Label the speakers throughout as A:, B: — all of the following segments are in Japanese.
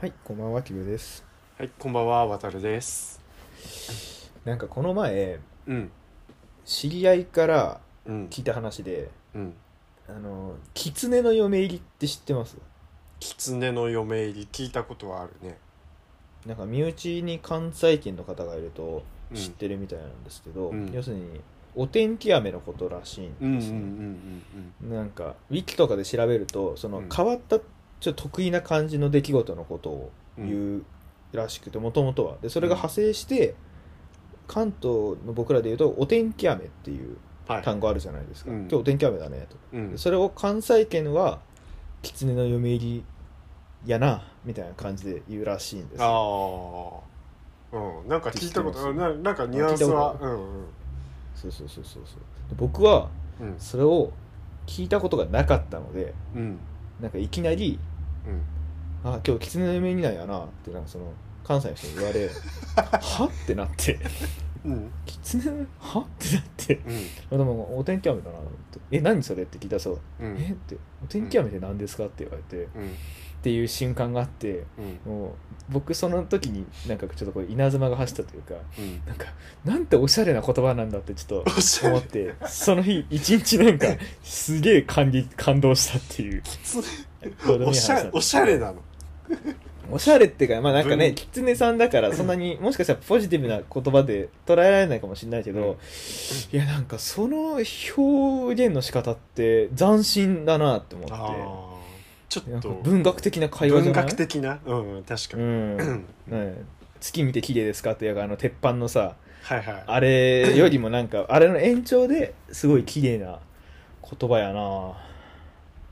A: はい、こんばんは、キムです。
B: はい、こんばんは、わたるです。
A: なんかこの前、
B: うん、
A: 知り合いから
B: うん、
A: 聞いた話で、
B: うん。
A: あの、狐の嫁入りって知ってます
B: 狐の嫁入り聞いたことはあるね。
A: なんか身内に関西圏の方がいると
B: うん、
A: 知ってるみたいなんですけど、
B: うん
A: 要するにお天気雨のことらしい
B: う
A: で
B: ん、うんん、うん、
A: す
B: う
A: ね。
B: ん、うん。
A: なんか、ウィキとかで調べると、その
B: うん
A: 変わった、ちょっと得意な感じの出来事のことを言うらしくて、もともとは。で、それが派生して、関東の僕らで言うと、お天気雨っていう
B: はい。
A: 単語あるじゃないですか。
B: うん
A: 今日お天気雨だねと。
B: うん
A: で、それを関西圏は、狐の嫁入りやな、みたいな感じで言うらしいんですよ
B: ああ。うん、なんか聞いたことある、な、なんかニュアンス
A: あ
B: は、
A: 聞い
B: うん、うん、
A: そうそうそうそうそう。で僕は、
B: うん、
A: それを聞いたことがなかったので、
B: うん、
A: なんかいきなり、
B: うん。
A: あ今日狐の夢見ないやなってなんかその関西の人に言われ はってなって
B: うん、
A: 狐のはってなって
B: うん、
A: でもお天気雨だなと思ってえ何それって聞いたらそう、
B: うん、
A: えってお天気雨って何ですかって言われてっ
B: うん、
A: ていう瞬間があって
B: うん、
A: もう僕その時になんかちょっとこう稲妻が走ったというか
B: うん。
A: なんかなんておしゃれな言葉なんだってちょっ
B: おし
A: と
B: ゃ
A: 思
B: れ
A: っ、てその日一日なんかすげえ感激感動したっていう
B: 狐
A: どうでもい
B: お
A: い話
B: し
A: だっ
B: ゃ
A: た
B: れ、おしゃれなの。
A: おしゃれっていうか、まあなんかね、
B: 文
A: キツネさんだから、そんなに、もしかしたらポジティブな言葉で捉えられないかもしれないけ
B: うん
A: ど、いや、なんかその表現の仕方って斬新だなって思
B: あ
A: っ
B: あ。ちょ
A: て、な
B: っ
A: んか
B: と。
A: 文学的な会話じ
B: 文
A: ゃない
B: 学的な、うん、うん確か
A: う
B: に。
A: ん。
B: う
A: ね
B: ん、
A: え月見て綺麗ですかって、やあの、鉄板のさ、
B: はい、は
A: あれよりもなん か、あれの延長ですごい綺麗な言葉やな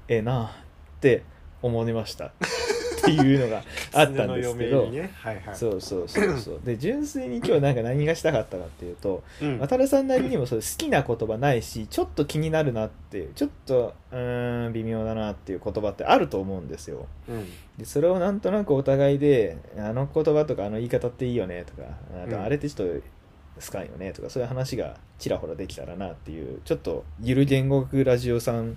A: ええなって思いました。っていう のが
B: い。
A: あったんですけど
B: 狐の嫁入りね、はい、はい。
A: そうそうそうそうで純粋に今日なんか何がしたかったかっていうと
B: うん
A: 渡辺さんなりにもそう好きな言葉ないしちょっと気になるなっていうちょっとうーん微妙だなっていう言葉ってあると思うんですよ
B: うん、
A: でそれをなんとなくお互いであの言葉とかあの言い方っていいよねとかあ
B: う
A: と
B: ん
A: あれってちょっと好かんよねとかそういう話がちらほらできたらなっていうちょっとゆる言語学ラジオさん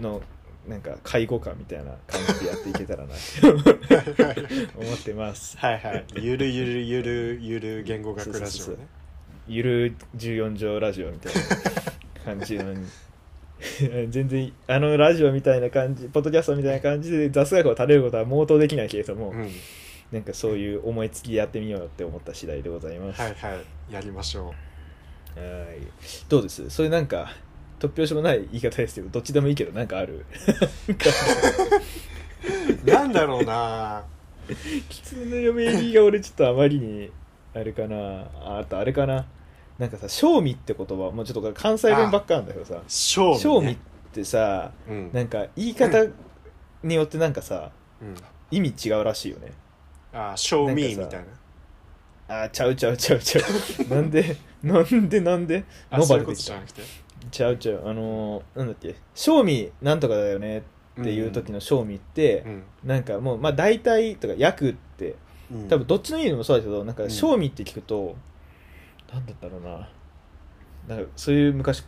A: のなんか介護感みたいな感じでやっていけたらなっ て思ってます
B: はいはい。ゆるゆるゆるゆる言語学ラジ
A: そ
B: オ
A: うそうそう
B: ね。
A: ゆる14畳ラジオみたいな感じのに 全然あのラジオみたいな感じポッドキャストみたいな感じで雑学を垂れることは妄想できないけれども、
B: うん。
A: なんかそういう思いつきでやってみようって思った次第でございます
B: はいはい。やりましょ
A: はいどうですそれなんか突拍子もない言い方ですけどどっちでもいいけどなんかあ る
B: う。なんだろうな
A: 狐の嫁入りが俺ちょっとあまりにあれかなああとあれかななんかさ正味って言葉もうちょっと関西弁ばっかなんだけどさ
B: 賞味、ね。
A: 正味ってさ
B: うん。
A: なんか言い方によってなんかさ
B: うん、
A: 意味違うらしいよね
B: あー、賞味み
A: なんか
B: たいな。
A: あーちゃうちゃうちゃうちゃうなんでなんでなんで
B: あ、
A: ノ
B: そ
A: バ
B: うい
A: で
B: うこ
A: でき
B: とじ
A: た
B: ゃなくて。
A: ちゃうちゃうあのー、なんだっけ賞味なんとかだよねっていう時の賞味って
B: う、ん。
A: なんかもうまあ大体とか約って
B: うん。
A: 多分どっちの意味でもそうだけどなん
B: う
A: か
B: ん
A: 賞味って聞くと、なんだったろうななんかそういう昔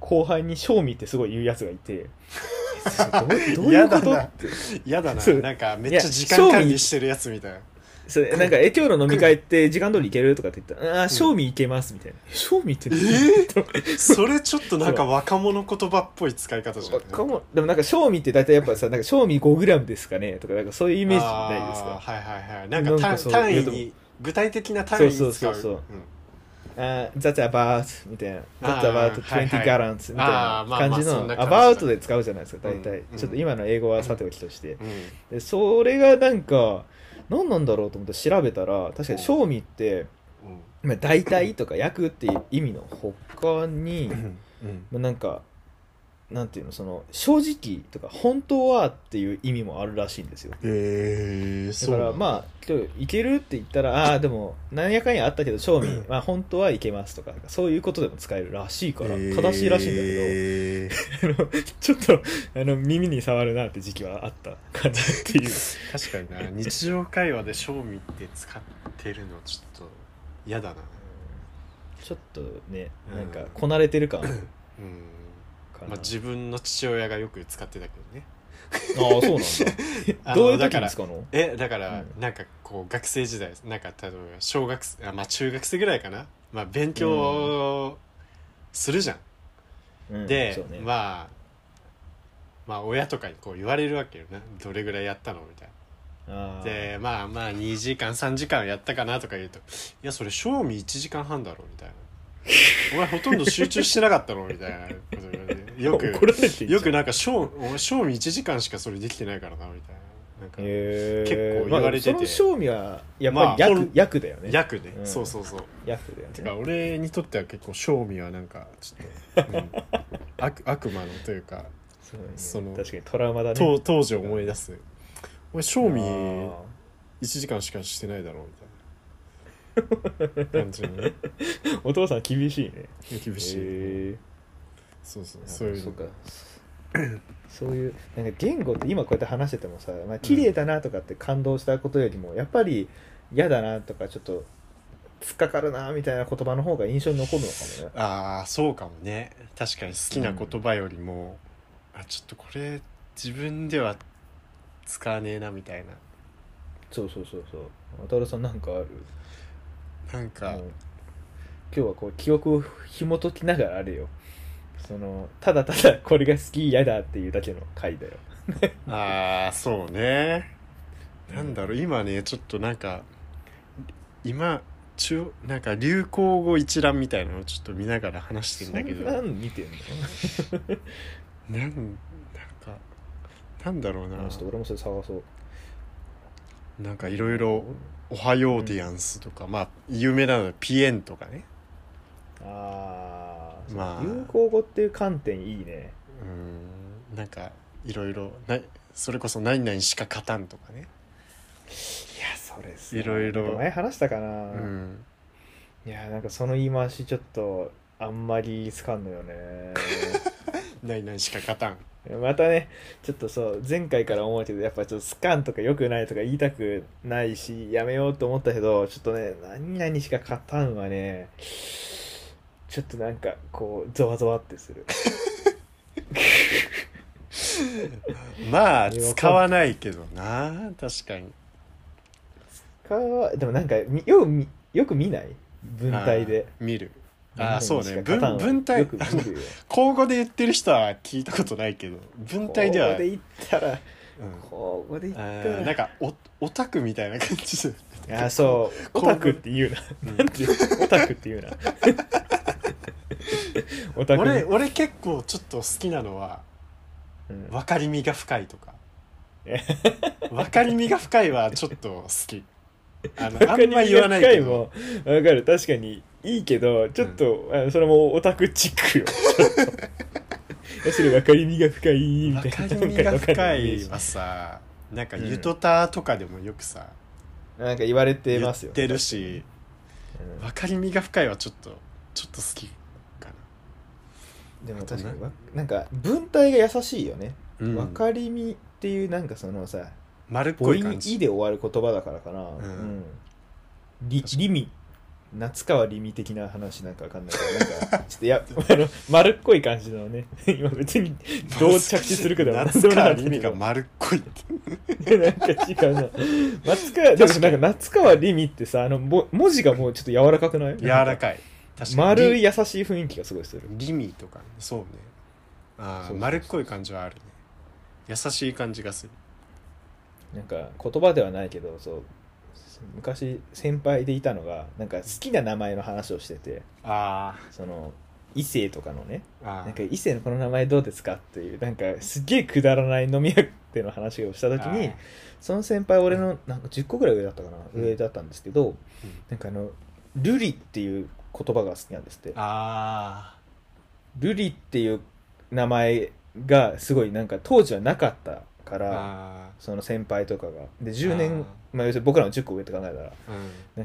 A: 後輩に賞味ってすごい言うやつがいて どうどういうこ
B: やだ
A: と
B: な
A: って
B: 嫌だな
A: そう。
B: なんかめっちゃ時間
A: 賞味
B: 管理してるやつみたいな。
A: それなんか、え、今日の飲み会って時間通り行けるとかって言ったら、あー、賞味行けますみたいな。え賞味って
B: え
A: 何
B: それちょっとなんか若者言葉っぽい使い方じゃない
A: かもでもなんか、賞味って大体やっぱさ、なんか、賞味 5g ですかねとか、なんかそういうイ
B: イ
A: メージないですか。
B: はいはいはい。なん
A: な
B: か
A: んか
B: 単
A: そう
B: 単
A: い
B: 位
A: やでも
B: に、具体的な単位に使う。
A: そうそうそうそう
B: うん
A: あー、that's about みたいな。that's
B: あー
A: about
B: はい
A: 20
B: はい
A: gallons みたい
B: あ
A: な
B: ーまあ
A: 感じ
B: まあそ
A: の
B: んな、感じ
A: about
B: だ
A: で使うじゃないですか、大
B: う
A: 体
B: んう。ん
A: ちょっと今の英語はさておきとして。
B: うん
A: で、それがなんか、何なんだろうと思って調べたら、確かに賞味って、
B: うん
A: まあ、大体とか約っていう意味の他に
B: う、んうん
A: まあ、なんかなんていうのその正直とか本当はっていう意味もあるらしいんですよ
B: えー、
A: だ
B: そ
A: か
B: うな
A: ら
B: ん
A: まあ今日いけるって言ったらああーでもなんやかんやあったけど正味まあ本当はいけますとかそういうことでも使えるらしいから正しいらしいんだけ
B: え ー
A: ど、ちょっとあの耳に触るなって時期はあったかなっていう
B: 確かにな 日常会話で賞味って使ってるのちょっと嫌だな
A: ちょっとね
B: うん
A: なんかこなれてる感
B: うん
A: か
B: ま
A: な
B: あ自分の父親がよく使ってたけどね
A: ああそうなん
B: あ
A: だ
B: の
A: どういう時
B: だか
A: に
B: ら
A: 使うの
B: えだから、
A: う
B: なんかこう学生時代なんか例えば小学生あまあ中学生ぐらいかなまあ勉強するじゃん、
A: うんそ
B: で、
A: うね
B: まあまあ親とかにこう言われるわけよなどれぐらいやったのみたい
A: あ
B: な
A: ー
B: でまあまあ2時間3時間やったかなとか言うと「いやそれ賞味1時間半だろ」みたいな「お前ほとんど集中してなかったろ」みたいなこと言われて よ
A: 怒
B: く
A: られてんじゃん
B: よくなんか賞お前賞味1時間しかそれできてないからなみたいななんか
A: へ
B: 結
A: え
B: 構言われてて
A: まあ、その賞味はやっ
B: ま
A: ぱ
B: あ
A: り役,、
B: 本
A: 役だよね
B: 役ね、
A: うん
B: そうそうそう
A: 役だよ
B: て
A: ね
B: か俺にとっては結構賞味はなんかちょっと、うん悪悪魔のというか
A: そうね
B: その
A: 確かにトラウマだね
B: 当当時を思い出す「お前賞味
A: あ
B: 1
A: ー
B: 時間しかしてないだろ」 みたいな感じにね
A: お父さん厳しいね
B: 厳しい、
A: へえ
B: そうそうそういう
A: そう
B: の
A: か そういうなんか言語って今こうやって話しててもさ、まあ綺麗だなとかって感動したことよりもやっぱり嫌だなとかちょっと突っかかるなみたいな言葉の方が印象に残るのかもね
B: ああそうかもね確かに好きな言葉よりも、あちょっとこれ自分では使わねえなみたいな
A: そうそうそうそう渡るさんなんかある
B: なんか、
A: うん今日はこう記憶を紐解きながらあれよそのただただこれが好き嫌だっていうだけの回だよ
B: ああそうねなんだろう今ねちょっとなんか今中なんか流行語一覧みたいなのをちょっと見ながら話してんだけど
A: そんな
B: な
A: んん見てんの
B: なんかなんだろうな
A: ちょっと俺もそれ探そう
B: なんかいろいろ「おはようでやんす」とか、まあ有名なのは「ピエン」とかね
A: ああ、
B: まあ
A: 流行語っていう観点いいね
B: うんなんかいろいろなそれこそ「何々しか勝たん」とかね
A: いやそれさ
B: いろいろ
A: なんか前話したかな、
B: うん
A: いやなんかその言い回しちょっとあんまりつかんのよね
B: 「何々しか勝たん」
A: またねちょっとそう前回から思うけどやっぱちょっとスカンとか良くないとか言いたくないしやめようと思ったけどちょっとね何々しか勝たんはねちょっとなんかこうゾワゾワってする
B: まあ使わないけどな確かに
A: かわでもなんかみよく見よく見ない文体で
B: あー見るあーそう
A: 何
B: ね
A: 々しか勝たん
B: 文
A: は
B: 文体
A: よく見 るよ
B: 口語で言ってる人は聞いたことないけど文体で
A: こ
B: は
A: こで言ったら
B: うん
A: ここで言
B: あ
A: っ
B: ーなん
A: た
B: かおオタクみたいな感じで
A: らあそうオ
B: こう
A: タクって言うな
B: うん
A: なんてオタクって言うな オタク
B: 俺俺結構ちょっと好きなのは
A: うん
B: 分かりみが深いとか
A: え
B: 分かりみが深いはちょっと好きあのあ
A: わか
B: ん
A: り
B: ま
A: み
B: 言わないけど
A: もわかる確かにいいけどちょっと、あそれもオタクチックよちょっと えそれ分かりみが深いみた
B: 分
A: い
B: か
A: な
B: りみが
A: なんかわか
B: 深
A: んないイメー
B: い
A: ジ
B: はさなんか
A: うん
B: ゆとたとかでもよくさ、
A: なんか言われて
B: 言
A: ま
B: っ
A: すよね
B: てるし
A: うん
B: 分かりみが深いはちょっとちょっと好きか
A: でも
B: あと
A: 確
B: な
A: かにわなんか文体が優しいよね、
B: な、
A: わかりみっていうなんかそのさ
B: 丸っこ
A: 母
B: い
A: 音「
B: 感
A: い」
B: じ
A: で終わる言葉だからかな、うんり
B: 確か
A: りみ夏川りみ的な話なんかわかんないけどな んかちょっとやあの丸っこい感じのね今別にどう着地するかでもなんで
B: 夏
A: も なかっ
B: 川
A: た
B: りみが丸っこいって
A: いやなんか違うな夏川でもなんか夏川りみってさあのぼ文字がもうちょっと柔らかくない
B: 柔ら
A: い
B: かい確かに
A: 丸い
B: り
A: 優しい雰囲気がすごいする
B: りみとかねそうねあ
A: そう
B: あ
A: そう
B: 丸っこい感じはあるね優しい感じがする
A: なんか言葉ではないけどそう昔先輩でいたのがなんか好きな名前の話をしてて
B: あ
A: その異性とかのね
B: ーあ
A: なん
B: ー
A: か異性のこの名前どうですかっていうなんかすげえくだらない飲み屋での話をした時に
B: あ
A: その先輩俺のなんか10個ぐらい上だったかな、
B: うん
A: 上だったんですけど、なんかあの「ルリ」っていう言葉が好きなんですって
B: ーあ
A: ルリっていう名前がすごいなんか当時はなかったか
B: ー
A: ら
B: あ
A: その先輩とかがで10年
B: あ
A: まあ要するに僕らの10個上って考えたら
B: ー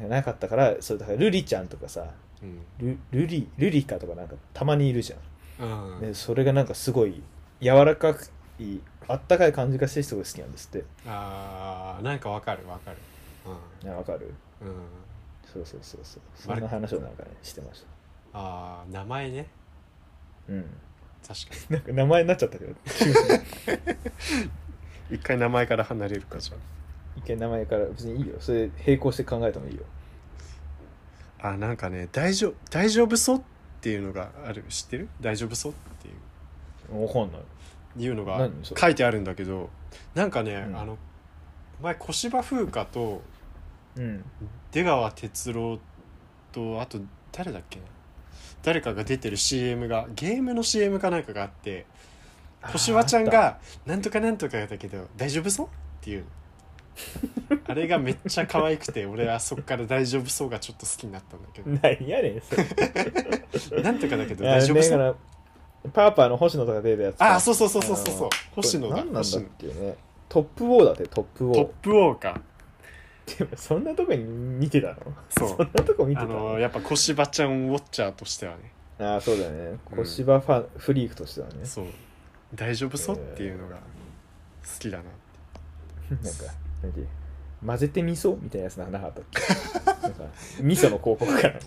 A: なんかなかったからそれだからルリちゃんとかさ
B: うん
A: ルルリルリカとかなんかたまにいるじゃん
B: うんうん
A: でそれがなんかすごい柔らかくいあったかい感じがしてすごい好きなんですって
B: あーなんかわかるわかる
A: ねわかる
B: うん、うん、
A: そうそうそうそうそ
B: あれ
A: んな話をなんかねしてました
B: ああ名前ね
A: うん
B: 確か
A: なんか名前になっちゃったけど
B: に一回名前から離れるかじゃ
A: 一回名前から別にいいよそれ並行して考えてもいいよ
B: ああなんかね大丈夫大丈夫そうっていうのがある知ってる大丈夫そうっていう
A: わかんない
B: いうのが
A: 何それ
B: 書いてあるんだけどなんかね、
A: うん
B: あの前小芝風花と
A: うん
B: 出川哲朗とあと誰だっけな誰かが出てる CM がゲームの CM かなんかがあって小芝ちゃんが「なんとかなんとかだけど大丈夫そう?」って いうあれがめっちゃ可愛くて俺はそっから「大丈夫そう」がちょっと好きになったんだけ
A: 何やねんそれ
B: どなんとかだけど
A: あ
B: 大丈夫
A: ね
B: そ
A: だ
B: う
A: からパーパーの星野とか出るやつ
B: ああ
A: う
B: そうそうそうそうそうそ
A: あ
B: う星野だ
A: 何なんだ
B: 星
A: っ
B: 野
A: ていうねトップウォーだってトップウ
B: トッ
A: ォ
B: プウォーカー
A: ーでもそんなとこに見てたの
B: そう
A: そんなとこ見て
B: あ
A: た
B: の
A: の
B: やっぱ小芝ちゃんウォッチャーとしてはね
A: ああそうだね
B: うん
A: 小芝ファン、フリークと してはね
B: そう大丈夫そうっ
A: えー
B: ていうのが好きだなって
A: なんかなんていう混ぜてみそみたいなやつななかったっけなんか味噌の広告かなんか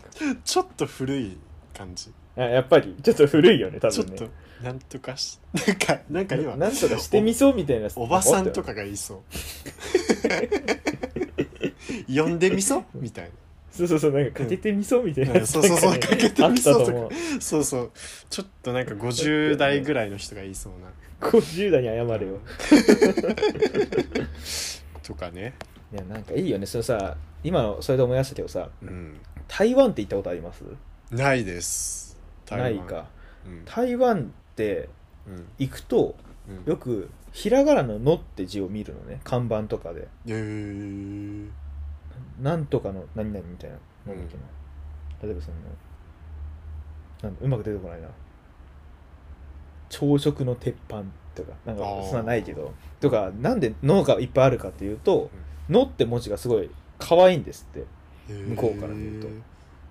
B: ちょっと古い感じ、
A: あやっぱりちょっと古いよね多
B: ちょっ
A: 分ね
B: となんとかしなんかなんか今
A: なんとかしてみそうみたいなやつ
B: おばさんとかが言 いそう呼んでみそみたい
A: そうそうそうなんかかけてみそうみたいなやつ
B: うんそうそうそう
A: なん
B: かけてみそう
A: あっ
B: と
A: た
B: か
A: と思う
B: なそうそうちょっとなんか50代ぐらいの人が言いそうな
A: 50代に謝れよ
B: とかね
A: いやなんかいいよねそのさ今のそれで思い出したけどさ
B: うん
A: 台湾って行ったことあります
B: ないです
A: な
B: 台
A: い
B: 湾
A: か
B: うん
A: 台湾って
B: うん
A: 行くと
B: うん
A: よくひらがなの「の」って字を見るのね看板とかで
B: えー
A: なんとかの何々みたいな
B: うん
A: なんだっけな例えばそのなんうまく出てこないな朝食の鉄板とかなんか
B: あー
A: そんなないけどとかなんで「の」がいっぱいあるかっていうと「の」って文字がすごい可愛いんですって向こうから見ると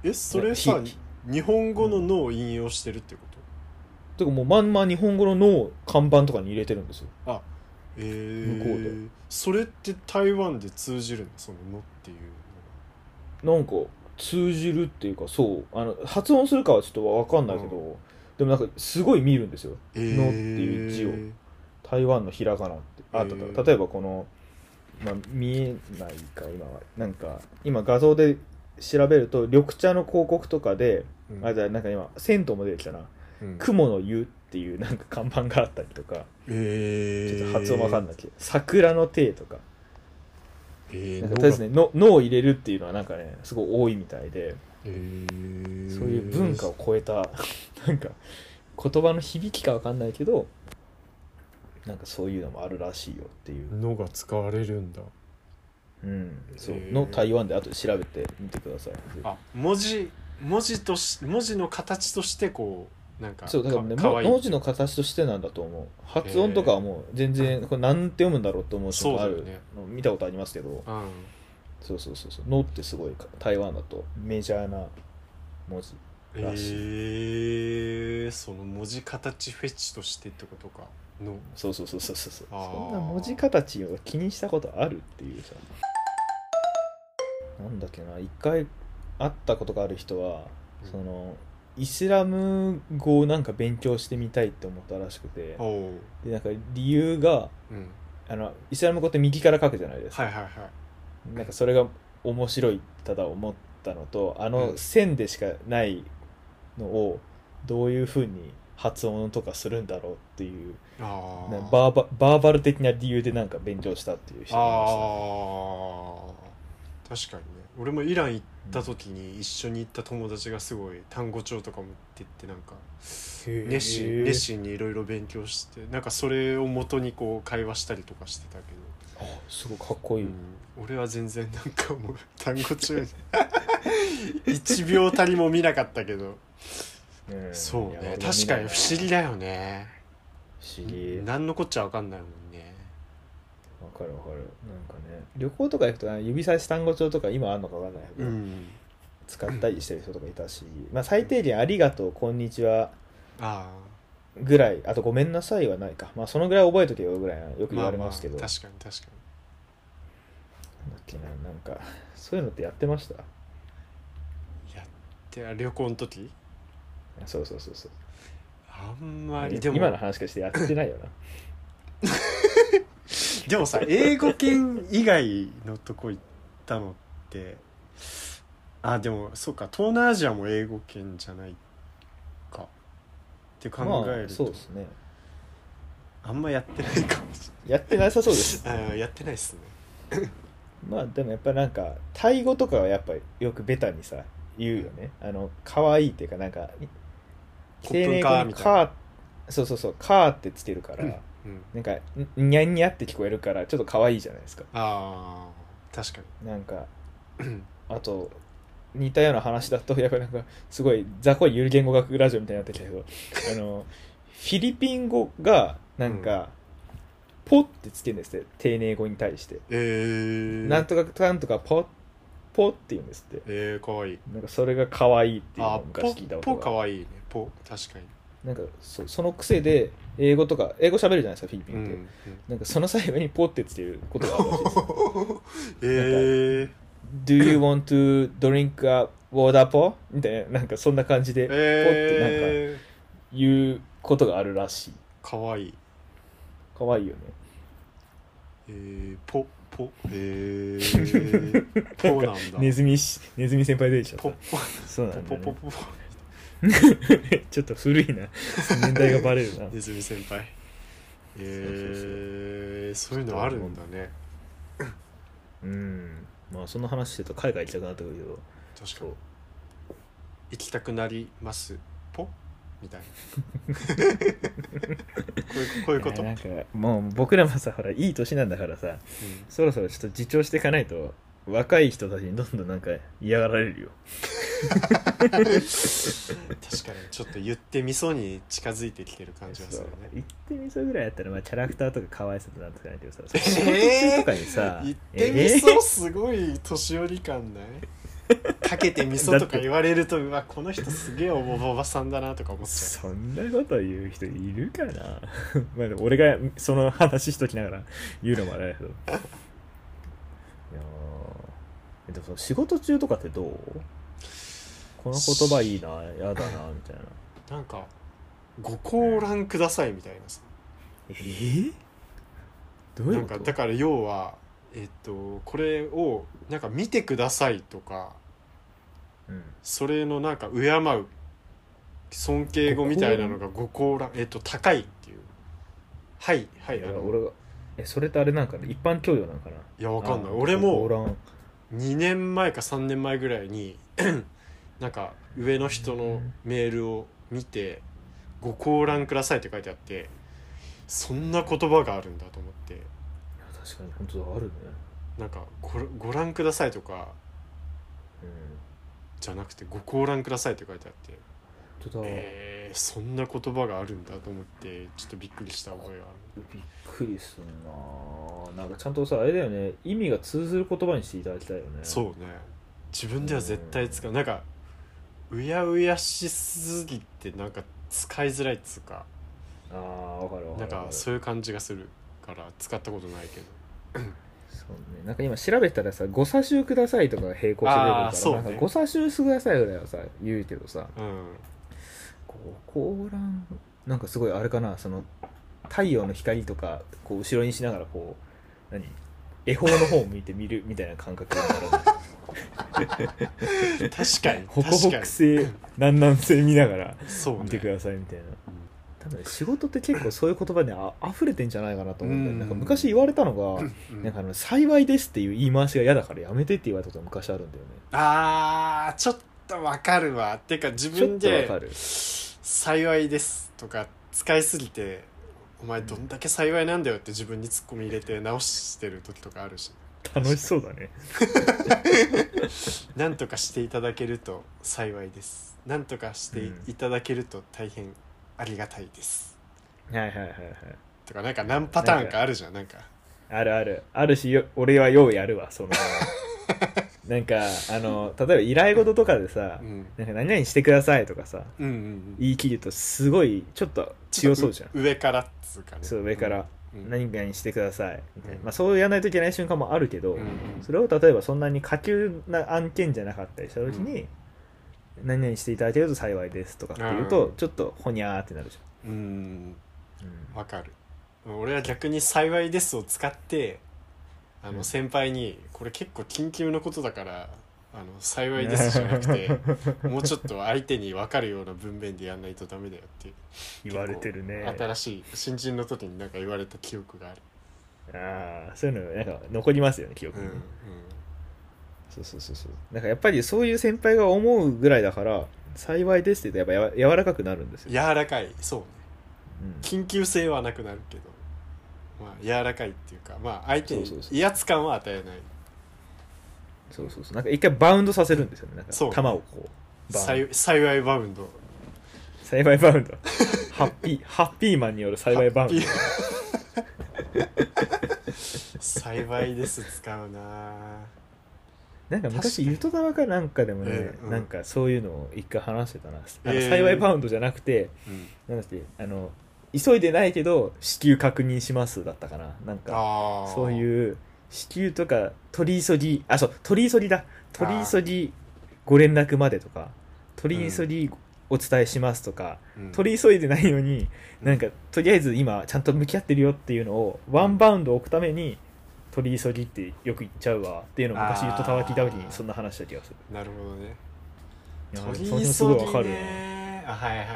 B: えそれさ
A: ねひ
B: 日本語の脳を引用してるってこ
A: と
B: と
A: かもうまんま日本語の「の」を看板とかに入れてるんですよ
B: えー、
A: 向こうで
B: それって台湾で通じるのその「の」っていう
A: なんか通じるっていうかそうあの発音するかはちょっとわかんないけど、でもなんかすごい見るんですよ
B: のが
A: のっていう字を台湾のひらがなってあった
B: へ
A: と
B: ー
A: 例えばこの、まあ、見えないか今はなんか今画像で調べると緑茶の広告とかで、
B: うん
A: あじゃあなんか今銭湯も出てきたな
B: うん
A: 「雲の湯」っていうなんか看板があったりとか
B: え
A: ち
B: ー
A: ょっと発音わかんないけど「桜の亭」とか
B: えー
A: なんかとりあえずね「の」のを入れるっていうのはなんかねすごい多いみたいで。
B: えー
A: そういう文化を超えた なんか言葉の響きかわかんないけどなんかそういうのもあるらしいよっていう、
B: のが使われるんだ
A: うん、そう
B: へー
A: の台湾で後で調べてみてください
B: あ文字文字とし文字の形としてこうなんか
A: そうだからね
B: か
A: も
B: わいい
A: 文字の形としてなんだと思う発音とかはもう全然これ何て読むんだろうと思う人もあ
B: そ
A: る
B: うだよね
A: の見たことありますけど
B: うん
A: そうそうそうそう「の」ってすごい台湾だとメジャーな文字らしい
B: えー、その文字形フェチとしてってことかの
A: そうそうそうそうそうそう
B: あー
A: そんな文字形を気にしたことあるっていうさなんだっけな一回会ったことがある人は、
B: うん
A: そのイスラム語をなんか勉強してみたいって思ったらしくて
B: おう、
A: でなんか理由が
B: うん、
A: あのイスラム語って右から書くじゃないですか、
B: はいはいはい
A: なんかそれが面白いただ思ったのとあ
B: う
A: の
B: ん
A: 線でしかないのをどういうふうに発音とかするんだろうっていう
B: あ
A: ね
B: ー
A: バーババーバル的な理由でなんか勉強したっていう人が
B: あー確かにね俺もイラン行った時に一緒に行った友達がすごい単語帳とか持ってってなんか
A: いま
B: 熱
A: した
B: 心熱心にいろいろ勉強してなんかそれを元にこう会話したりとかしてたけ
A: あすごいかっこい
B: ど、
A: い、
B: うん俺は全然なんかもう単語帳に一秒たりも見なかったけど
A: うん
B: そう
A: いや俺も
B: ね
A: 見ない
B: 確かに不思議だよね
A: 不思議わ
B: 何のこっちゃ分かんないもんね
A: かるわかるなんかね旅行とか行くとね指差し単語帳とか今あるのかわかんないけ
B: う
A: ど、
B: ん
A: 使ったりしてる人とかいたし、まあ、最低限「ありがとう」「こんにちは
B: ああ」
A: ぐらいあと「ごめんなさい」はないか、まあ、そのぐらい覚えとけよぐらいはよく言われますけど、
B: 確かに確かに
A: なんだっけななんかそういうのってやってました
B: やってあ旅行の時
A: そうそうそうそう
B: あんまりでも
A: 今の話からしてやってないよな
B: でもさ英語圏以外のとこ行ったのってあでもそうか東南アジアも英語圏じゃないかって考
A: ま
B: え
A: あ
B: る
A: そう
B: と
A: ですね
B: あんまやってないかもし
A: やってなさそう です
B: れないあーやってないっすね
A: まあでもやっぱなんかタイ語とかはやっぱよくベタにさ言うよねあの可愛いっていうかなんか
B: コップン
A: に
B: カーみたいな
A: カーそうそうそうカーってつけるから、
B: うん
A: なんかんにゃんにゃって聞こえるからちょっと可愛いじゃないですか
B: あー確かに
A: なんか
B: うん
A: あと似たような話だとやっぱりなんかすごい雑魚いゆる言語学ラジオみたいになってきた けどあのフィリピン語がなんか、ポってつけるんですって丁寧語に対して、
B: えー、
A: なんとかかんとかポポって言うんですって
B: えー、かわいい
A: なんかそれが可愛いっていうの
B: あ
A: を昔
B: ポ
A: 聞いたこ
B: ポ
A: と
B: か
A: が
B: わいいねポ確かに
A: なんかそその癖で英語とか英語喋るじゃないですかフィリピ
B: う
A: ン
B: ん
A: って、
B: うん
A: なんかその際にポってつけることがあるらしいです
B: えー、
A: Do you want to drink a water po? みたいな、なんかそんな感じで、ポってなんか
B: え
A: 言うことがあるらしい。
B: ー、かわいい
A: かわいいよね。
B: えー、ポポ えー、ポなんだ
A: ネズミし、ネズミ先輩出てきちゃ
B: ポ
A: っ
B: ポ
A: た。そうなんだ、
B: ポ
A: ね。
B: ポポポ
A: ちょっと古いな。年代がバレ るな。
B: ネズミ先輩えー、そういうのあるんだね
A: うん。まあその話してると海外行きたくなってくるけど、
B: 確か
A: そう
B: に。行きたくなりますポみたいな こういうこういうこと、
A: なんか、もう僕らもさ、ほら、いい年なんだからさ、
B: うん
A: そろそろちょっと自重していかないと、若い人たちにどんどんなんか嫌がられるよ。
B: 確かにちょっと言ってみそうに近づいてきてる感じがす
A: そ
B: る
A: う
B: ね
A: 言ってみそぐらいやったら、まあ、キャラクターとか可愛さとなんとか ないけどさ、仕事
B: えー
A: 中とかにさ、
B: 言ってみそ
A: え
B: うすごい年寄り感ないかけてみそとか言われるとうわこの人すげえおぼおばさんだなとか思
A: ー
B: っちゃ
A: そんなこと言う人いるかな まあでも俺がその話しときながら言うのもあれだけど。いやーでもその仕事中とかってどうこの言葉いいな、やだな、みたいな。
B: うなんかご高覧くださいみたいなさ
A: えー、どうい
B: な
A: うんこ
B: か
A: と
B: だから要はえっとこれをなんか見てくださいとか
A: うん
B: それのなんか敬う尊敬語みたいなのがご高覧えっと高いっていうはいはい
A: い
B: あ
A: や
B: の
A: 俺がえそれってあれなんかな一般教養なんかない
B: やわかんない
A: あー
B: 俺も
A: ご覧
B: 2年前か3年前ぐらいに なんか上の人のメールを見て「ご高覧ください」って書いてあってそんな言葉があるんだと思って
A: いや確かに本当だあるね、
B: なんかご「ご覧ください」とか
A: うん、
B: じゃなくて「ご高覧ください」って書いてあって
A: 本当だ、
B: えー、そんな言葉があるんだと思ってちょっとびっくりした覚えがある
A: びっくりすんなぁなんかちゃんとさあれだよね意味が通ずる言葉にしていただきたいよね
B: そうね自分では絶対使うなんかうやうやしすぎてなんか使いづらいっつうか
A: ああわかるわかる
B: なんか
A: わる
B: そういう感じがするから使ったことないけど
A: そうねなんか今調べたらさ「ご差集ください」とかが並行して出てるから
B: あーそうね
A: なんか「ご差集ください」ぐらいはさ言うけどさ
B: うん
A: こう高覧なんかすごいあれかなその太陽の光とかこう後ろにしながらこう何恵方の方を向いて見るみたいな感覚に なる
B: 確か に
A: 北
B: 確か
A: 北
B: に
A: 西南南西見ながら
B: そう
A: 見てく
B: ね
A: ださいみたいな、
B: ん
A: 多分仕事って結構そういう言葉にあ溢れてんじゃないかなと思うんだよ
B: うん
A: ねなんか昔言われたのが、
B: うん
A: なんかあの幸いですっていう言い回しが嫌だからやめてって言われたことが昔あるんだよね
B: あーちょっとわかるわてか自
A: ちょ
B: 分
A: っとわ
B: で
A: かる
B: 「幸いです」とか使いすぎて「お前どんだけ幸いなんだよ」って自分にツッコミ入れて直してる時とかあるし
A: 楽しそうだね
B: 「なんとかしていただけると幸いです」「なんとかして
A: うん
B: いただけると大変ありがたいです
A: はいはいはいはい」
B: とかなんか何パターンかあるじゃんなんか
A: あるあるあるしよ俺はようやるわそ のなんかあの例えば依頼事とかでさ、
B: うん
A: なんか何々してくださいとかさ
B: うんうんうん
A: 言い切るとすごいちょっと強そうじゃん
B: 上からっつうかね
A: そう上から、
B: うん
A: 何々してくださいみたいな、
B: うん
A: まあ、そうやらないといけない瞬間もあるけど、
B: うんうん
A: それを例えばそんなに下級な案件じゃなかったりした時に、何々していただけると幸いですとかっていうと、
B: うん
A: ちょっとほにゃーってなるじ
B: うん
A: ゃん、
B: わかる俺は逆に「幸いです」を使ってあ
A: う
B: の
A: ん
B: 先輩に「これ結構緊急のことだからあの幸いです」じゃなく てもうちょっと相手に分かるような文面でやんないとダメだよって
A: 言われてるね
B: 新しい新人の時になんか言われた記憶がある、
A: ああそういうのなんか残りますよね記憶
B: うん
A: に、
B: うん、
A: そうそうそうそうなんかやっぱりそういう先輩が思うぐらいだから幸いですって言うとやっぱやわ柔らかくなるんですよ、
B: 柔らかいそうね
A: うん
B: 緊急性はなくなるけどまあ柔らかいっていうかまあ相手に
A: そうそうそう
B: 威圧感は与えない
A: そうそうそうなんか一回バウンドさせるんですよねなんか球
B: そ
A: を
B: う
A: こうバウン
B: 幸い幸いバウンド
A: 幸いバウンドハッピーハッピーマンによる幸いバウンド
B: ハ幸いです使うな
A: なんか昔ゆとたわかなんかでもね、
B: うんうん
A: なんかそういうのを一回話してたな、あの
B: えー
A: 幸いバウンドじゃなくて
B: うん
A: なんだっけあの急いでないけど至急確認しますだったかななんか
B: ああ
A: そう
B: う
A: いう至急とか取り急ぎあそう取り急ぎだ取り急ぎご連絡までとか取り急ぎお伝えしますとか、
B: ん
A: 取り急いでないのに
B: うん
A: なんかとりあえず今ちゃんと向き合ってるよっていうのをワンバウンド置くために取り急ぎってよく言っちゃうわっていうのを昔
B: あー
A: 言ったたわ聞いた時にそんな話した気がする
B: なるほどね
A: いや
B: 取り
A: そ
B: 急
A: の辺すごい
B: ぎね
A: わかるね
B: あはいはい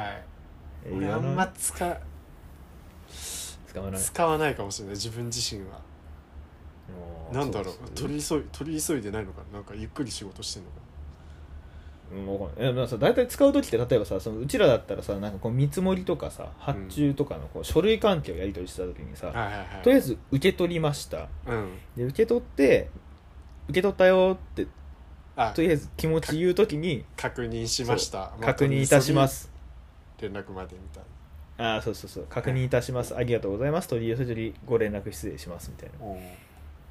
B: 俺あ
A: や
B: ん
A: な
B: ま使
A: 使わない
B: 使わないかもしれない自分自身は
A: も
B: なんだろう
A: そそ
B: 取り急い取り急いでないのかななんかゆっくり仕事してんのか
A: うんわかんないえまあさ大体使う時って例えばさそのうちらだったらさなんかこう見積もりとかさ発注とかのこう書類関係をやり取りした時にさ、
B: なはいはいはい
A: とりあえず受け取りました
B: うん
A: で受け取って受け取ったよって
B: あ
A: とりあえず気持ち言う時に
B: 確認しました
A: 確認いたしますす
B: 連絡までみたい
A: ああそうそうそう確認いたしますありがとうございます取り急ぎご連絡失礼しますみたいな
B: なお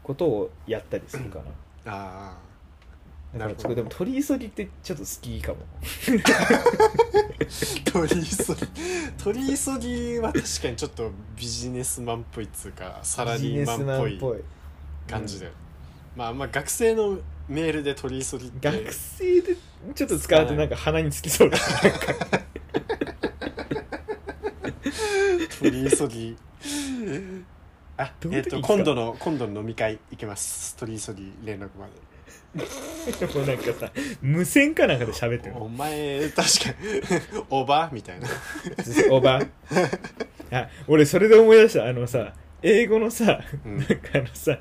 A: ことをやったりするかな
B: ああ
A: だからちょっとでも取り急ぎってちょっと好きかも
B: 取り急ぎ取り急ぎは確かにちょっとビジネスマンっぽいっつうかサラリーマンっぽ
A: ビジネスマ
B: い
A: ンっ
B: 感じだよ、まああんま学生のメールで取り急ぎって
A: 学生でちょっと使うとなんか鼻につきそうだなんか
B: 取り 急ぎあ
A: どうい
B: え
A: う
B: っ
A: 時
B: と
A: に使う
B: 今度の今度の飲み会行きます取り急ぎ連絡まで
A: もうなんかさ無線かなんかで喋ってる
B: お前確かに おばみたいな
A: おばあ俺それで思い出したあのさ英語のさ
B: うん
A: なんかあのさ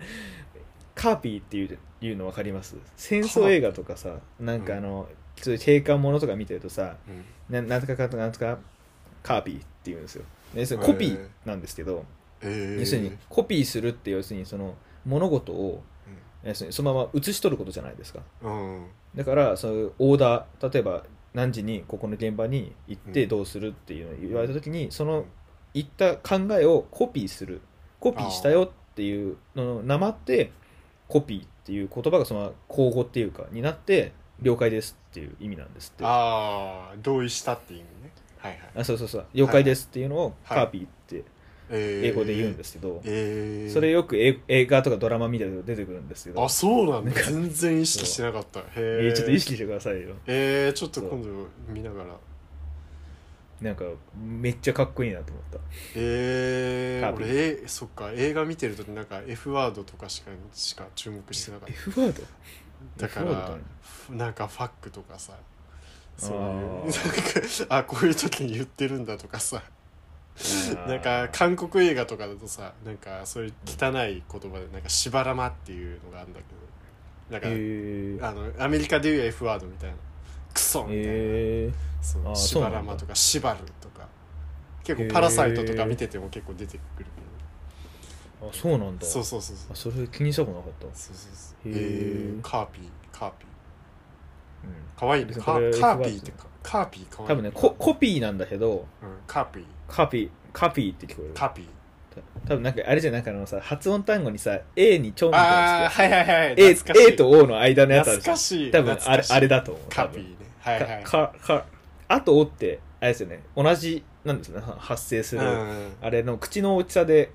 A: カーピーっていういうの分かります戦争映画とかさなんかあの、そういう警官ものとか見てるとさ
B: うん
A: ななんとかかんとかなんとかカーピーって言うんですよ要するに
B: へー
A: コピーなんですけど、
B: え
A: 要するにコピーするって要するにその物事を要するにそのまま写し取ることじゃないですか
B: うんうん
A: だからそういうオーダー例えば何時にここの現場に行っ
B: う
A: て
B: ん
A: どうするっていうのを言われた時にその言った考えをコピーするコピーしたよっていうののなまってコピーっていう言葉がその口語っていうかになって了解ですっていう意味なんですってあ
B: ああ同意したって意味ねはいはい
A: そうそうそう了解ですっていうのを
B: はい
A: カーピーって英
B: 英
A: 語で言うんですけど、
B: えー、
A: それよく映映画とかドラマ見てると出てくるんですけど
B: あそうなん
A: な
B: だ
A: んか
B: 全然意識してなかったへ
A: え
B: え
A: ーちょっと意識してくださいよ
B: えー、ちょっと今度見ながら
A: なんかめっちゃかっこいいなと思った
B: え
A: カ
B: ー、
A: ービィ
B: 俺えーそっか映画見てる時なんか F ワードとかしかしか注目してなかった
A: F ワード
B: だか
A: F ワード
B: ら
A: ね
B: なんかファックとかさそういう
A: あ
B: なんかあこういう時に言ってるんだとかさなんか
A: あー
B: 韓国映画とかだとさなんかそういう汚い言葉でなんか「しばらま」っていうのがあるんだけどなんか、
A: えー
B: あのアメリカで言う F ワードみたいなクソみたいな、
A: え
B: そ
A: あ
B: う
A: ー
B: シ
A: そうな
B: バ
A: んだ
B: ラマとかシバルとか結構パラサイトとか見てても結構出てくる
A: ー、あそうなんだ
B: けどそうそうそうそう
A: あそれ気にしたことなかった、う
B: そうそうそ
A: へ
B: うえ
A: ー
B: ーカーピーカーピー
A: ん、
B: かわいいね
A: 別に
B: カ
A: これは
B: ー
A: F
B: カ
A: ワード
B: ーピーってかカーピーかわいい
A: 多分ねココピーなんだけど
B: うん、カーピー
A: カピカピーって聞こえる
B: カーピー
A: 多分なんかあれじゃんなんかあのさ発音単語にさ A にちょんみたい
B: ああ
A: な
B: はいはいはい
A: やつけ
B: 懐かしい
A: A, A と O の間のやつある
B: 懐
A: じゃ
B: か
A: ん
B: しい
A: 多分あ
B: 懐
A: れ
B: かしい
A: あれだと思う
B: カ
A: 多
B: ーピー
A: 分
B: ねはい
A: か
B: は
A: か
B: い
A: かあと O ってあれですよね同じなんですよねは発生す
B: う
A: る、
B: ん
A: あれの口の大きさで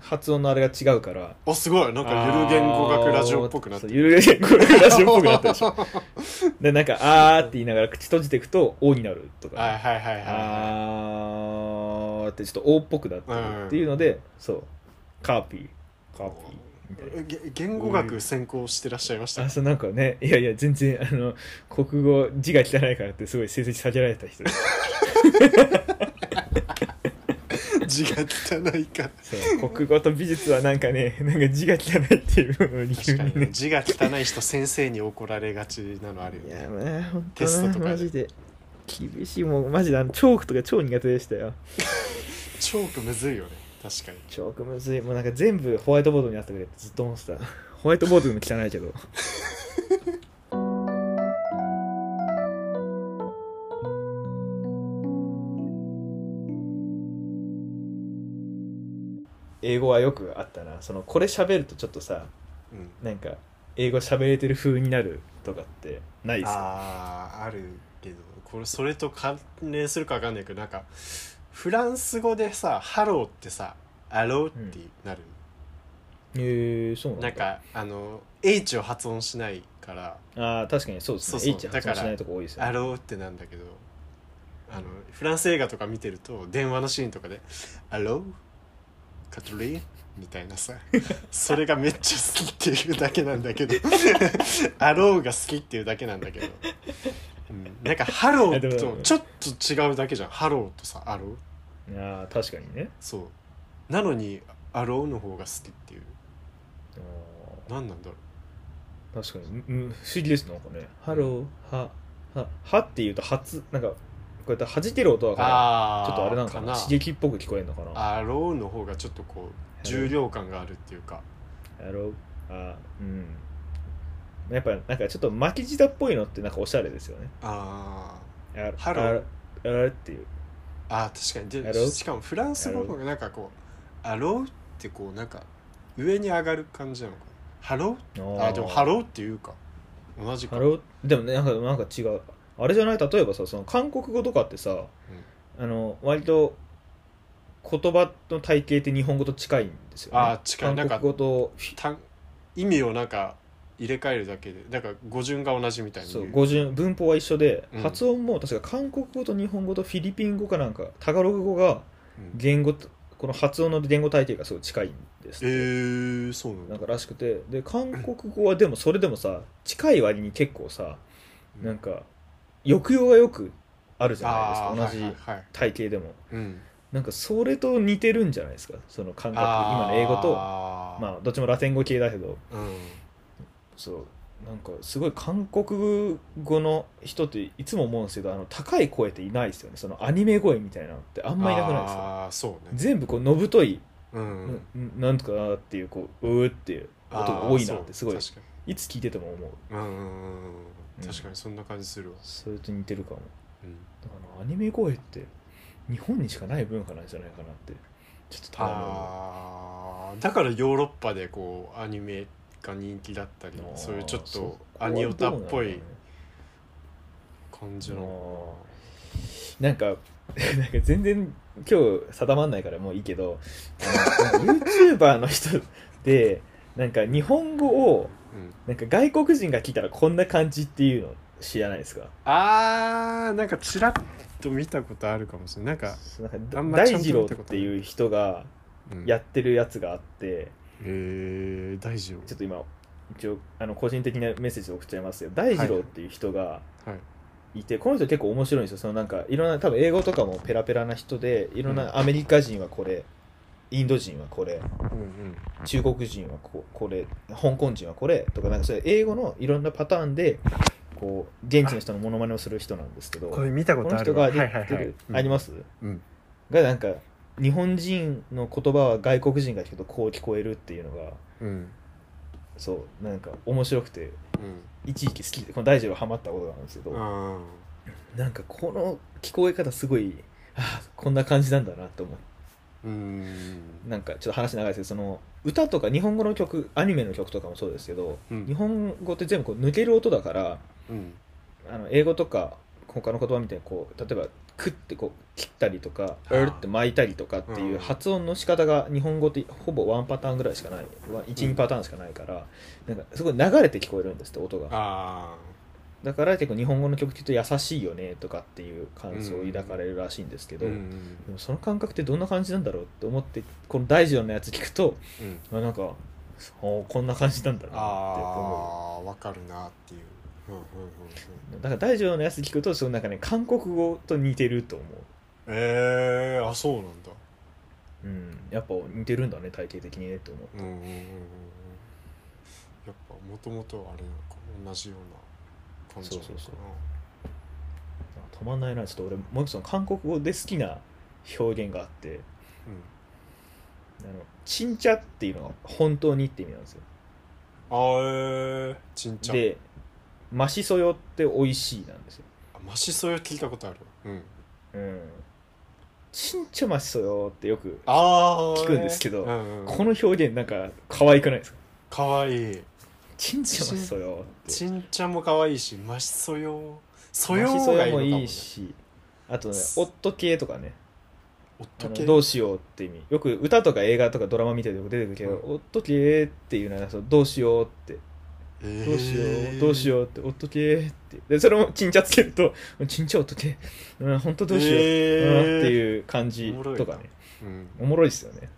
A: 発音のあれが違うから
B: おすごいなんかゆる言語学ラジオっぽくなって
A: そうゆる言語学ラジオっぽくなったで しょでなんか「あー」って言いながら口閉じていくと「O」になるとか、
B: はいはいはいはいはい
A: あーあってちょっと王っぽくなってるっていうので、そうカーピーカーピーみたいな
B: えげ言語学専攻してらっしゃいました
A: あ
B: か
A: そうなんかねいやいや全然あの国語字が汚いからってすごい成績下げられた人です
B: 字が汚いから
A: そう国語と美術はなんかねなんか字が汚いっていうのを理由
B: 確か
A: に
B: にね
A: ね
B: 字が汚い人先生に怒られがちなのあるよ
A: い
B: ね
A: やまあ本当
B: テスト
A: な
B: とかで
A: マジで厳しいもうマジであのチョークとか超苦手でしたよ
B: チョークむずいよね確かに
A: チョークむずいもうなんか全部ホワイトボードにあったくれってずっと思ってた ホワイトボードでも汚いけど英語はよくあったなそのこれ喋るとちょっとさ
B: うん
A: なんか英語喋れてる風になるとかってないですか
B: あああるけどこれそれと関連するか分かんないけどなんかフランス語でさ「ハロー」ってさ「アロー」ってなる、
A: へえそうなんだ
B: なんかあの H を発音しないから
A: あー確かにそうですね
B: そうそう
A: H 発音しないとこ多いです
B: 「
A: よ
B: ア
A: ね
B: ロー」ってなんだけどあのフランス映画とか見てると電話のシーンとかで「アローカトリー」みたいなさそれがめっちゃ好きっていうだけなんだけど 「アロー」が好きっていうだけなんだけど、うんなんか「ハロー」とちょっと違うだけじゃん「ハロー」とさ「アロー
A: あー確かにね」
B: そうなのに「アロー」の方が好きっていう
A: あー
B: 何なんだろう
A: 確かに、うんうん、不思議ですねなんかね。ハロー、は、は、はって言うと、初、なんか、こうやって弾ける音だから、
B: あー
A: ちょっとあれなのかな刺激っぽく聞こえるのかな。
B: アローの方がちょっとこう重量感があるっていうか
A: ハロー、あ、うん。やっぱ、なんかちょっと巻き舌っぽいのって、なんかおしゃれですよね。
B: あ
A: あ
B: ハロー
A: ああらっていう。
B: ーあー確かに
A: アロ
B: で
A: ー
B: しかもフランス語の方がなんかこうアローってこうなんか上に上がる感じなのかなハローあーでもハ
A: ー。
B: ローっていうか同じか
A: ハロー、でもね、なんか、なんか違う。あれじゃない例えばさ、その韓国語とかってさ、あの、割と、言葉の体系って日本語と近いんですよね。
B: あー近いなん
A: 韓
B: か
A: 国語と
B: 単意味をなんか入れ替えるだけでなんか語順が同じみたいに
A: そ
B: 言
A: う語順文法は一緒で、
B: うん
A: 発音も確か韓国語と日本語とフィリピン語かなんかタガログ語が
B: うん
A: 言語とこの発音の言語体系がすごい近いんです
B: え
A: って、
B: ー、そうなんだ
A: なんからしくてで韓国語はでもそれでもさ近い割に結構さ
B: うん
A: なんか抑揚がよくあるじゃ
B: あ
A: ないですか
B: ー
A: 同
B: はい
A: じ
B: はいはい
A: 体系でも
B: うん
A: なんかそれと似てるんじゃないですかその感覚今の英語と
B: あー
A: まあどっちもラテン語系だけど
B: うん
A: そうなんかすごい韓国語の人っていつも思うんですけどあの高い声っていないですよねそのアニメ声みたいなのってあんまいなくないですか
B: あーそうね
A: 全部こうのぶとい、
B: うん、
A: んなんとかなっていうこううーっていう音が多いなってすごい
B: あーそう確か
A: いつ聞いてても思う
B: にうんうんうん
A: うん
B: 確かにそんな感じするわ、
A: それと似てるかも
B: うん
A: だからアニメ声って日本にしかない文化なんじゃないかなってちょっとただの
B: あーだからヨーロッパでこうアニメが人気だったり
A: あー
B: そういうちょっ
A: そことは
B: アニオタっ
A: ど
B: ぽ
A: うなんだろう
B: い
A: ね
B: 感じの
A: なんか、 なんか全然今日定まんないからもういいけど、あ の YouTuber の人で、なんか日本語を、
B: うん
A: なんか外国人が聞いたらこんな感じっていうの知らないですか
B: あーなんかちらっと見たことあるかもしれないなんか、
A: なん
B: あ
A: か
B: んまちゃ
A: 大二
B: んと見たこ
A: 郎っ
B: とない
A: ていう人が
B: うん、
A: やってるやつがあって、
B: えー、大丈
A: ちょっと今、一応あの個人的なメッセージを送っちゃいますよ。大二郎っていう人が、
B: 夫はい
A: いてこの人結構面白いんですよそのなんかいろんな多分英語とかもペラペラな人でいろんなアメリカ人はこれインド人はこれ
B: うんうん
A: 中国人はここれ香港人はこれとかなんかそういう英語のいろんなパターンでこう現地の人のモノマネをする人なんですけどこ
B: 見たこ
A: の人が出てるあります
B: うん
A: がなんか日本人の言葉は外国人が聞くとこう聞こえるっていうのが
B: うん
A: そうなんか面白くて
B: うん
A: 一時期好きでこの大二郎ハマったことがあるんですけど、
B: うん
A: なんかこの聞こえ方すごいあーこんな感じなんだなと思う
B: うん
A: なんかちょっと話長いですけどその歌とか日本語の曲アニメの曲とかもそうですけど
B: うん
A: 日本語って全部こう抜ける音だから
B: うん
A: あの英語とか他の言葉みたいにこう例えば「く」ってこう切ったりとか「
B: あー
A: うる」って巻いたりとかっていううん発音の仕方が日本語ってほぼワンパターンぐらいしかない
B: うん
A: 12パターンしかないからなんかすごい流れて聞こえるんですって音が
B: あ
A: だから結構日本語の曲って言うと優しいよねとかっていう感想を抱かれるらしいんですけど、
B: うん
A: でもその感覚ってどんな感じなんだろうって思ってこの大二郎のやつ聞くと
B: うん
A: あなんかおこんな感じなんだなって思
B: ああ分かるなっていううんうんうんうん
A: うだから大二郎のやつ聞くとそのなんかね韓国語と似てると思
B: えー、あそうなんだ
A: う、うん、やっぱ似てるんだね体型的にねって思う
B: うんうんうんうんうんやっぱもともとあれなのか同じような感じなのかな
A: そうそうそうあ止まんないなちょっと俺もう一つの韓国語で好きな表現があって
B: うん
A: あのチンチャっていうのが本当にって意味なんですよ
B: あーえー、ちんちゃん
A: でマシソヨって美味しいなんですよ
B: あマシソヨ聞いたことあるわうん
A: うんチンチャマシソヨってよく
B: ああ
A: 聞くんですけど
B: うんうん、
A: この表現なんか可愛くないですか
B: かわいい
A: チンチャマシソヨって
B: ちんちゃんもかわいいしマシソヨソヨ
A: マシソ
B: がい
A: ヨも
B: いのかも、
A: い
B: ね
A: い、しあとね夫系とかねあ
B: 夫
A: の
B: 系
A: どうしようって意味よく歌とか映画とかドラマ見てても出てくるけど、
B: う
A: 夫系っていうのはそうどうしようってどうしよう、どうし
B: う
A: ようって、おっとけーって。で、それも、ちんちゃつけると、 ちんちゃおっとけー、うん、ほんとどうしよう、うんって
B: う、
A: いう感じとかね。
B: うん、
A: おもろいですよね。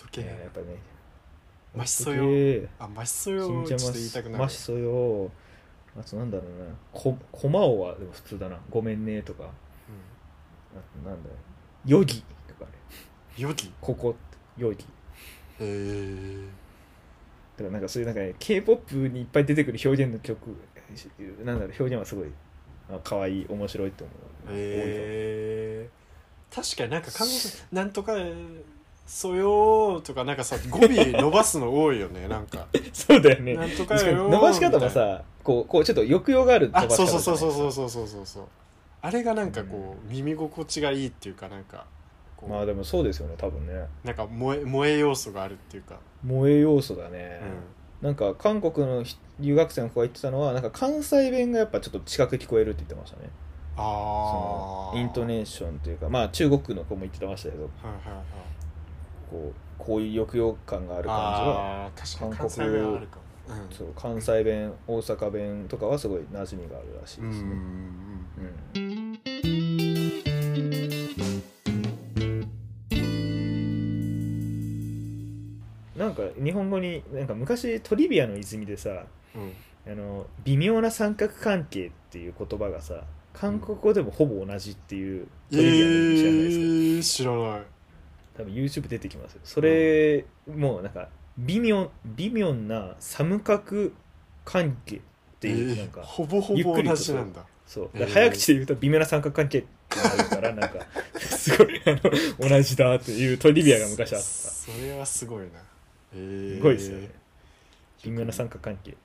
B: 夫
A: い
B: 系
A: ややっぱね。
B: マシソヨ
A: ヨ。
B: あマシソ
A: ち
B: ヨ
A: ん
B: を
A: ち
B: ち
A: ゃ
B: ょ
A: ま
B: っと言いた
A: し
B: く、な
A: ま
B: る
A: しそよ。あと、なんだろうな。こ、こまおは、でも普通だな。ごめんねとか。
B: うん
A: あと、なんだろう。よぎとかね。
B: よぎ
A: ここって、よぎ。
B: えー、
A: だからなんかそういうなんか、ね、K-POP にいっぱい出てくる表現の曲、なんだろう、表現はすごい、あ可愛い面白いと思う。
B: えー、確かになんか韓国なんとかそよーとかなんかさ語尾伸ばすの多いよねなんか
A: そうだよね。
B: なんとか
A: 確かに
B: よー
A: 伸ばし方も
B: みたいな
A: さ、こう、こうちょっと抑揚がある伸ば
B: あ
A: し方
B: そうそうそう
A: じゃ
B: そ
A: な
B: う
A: い
B: そうそうそうそうそうあれがなんかこう、耳心地がいいっていうかなんかこう、
A: まあでもそうですよね、多分ね。
B: なんか萌え萌え要素があるっていうか、
A: 萌え要素だ
B: う
A: ね
B: ん。
A: なんか韓国のひ留学生の子が言ってたのは、なんか関西弁がやっぱちょっと近く聞こえるって言ってましたね。
B: あ
A: その
B: あ
A: イントネーションというか、まあ中国の子も言ってましたけど、
B: はいはいはい
A: こう、こういう抑揚感がある感じは、
B: あー確かに関西弁はあるかも、うん、
A: そう関西弁、大阪弁とかはすごい馴染みがあるらしい
B: うん
A: です
B: う
A: ね。
B: ん
A: うんなんか日本語になんか昔トリビアの泉でさ
B: うんうん
A: あの微妙な三角関係っていう言葉がさ韓国語でもほぼ同じっていう
B: え
A: トリビアの知らないですか、
B: ー、知らない
A: 多分 YouTube 出てきますよそれ、もうなんか微妙微妙な三角関係っていうなんか、
B: えーほぼほぼ同じなんだ
A: そう、
B: えー
A: 早口で言うと微妙な三角関係ってなるからなんかすごいあの同じだっていうトリビアが昔あったす
B: そそれはすごいなえー、
A: ごいですよね微妙な
B: よ
A: 三角関係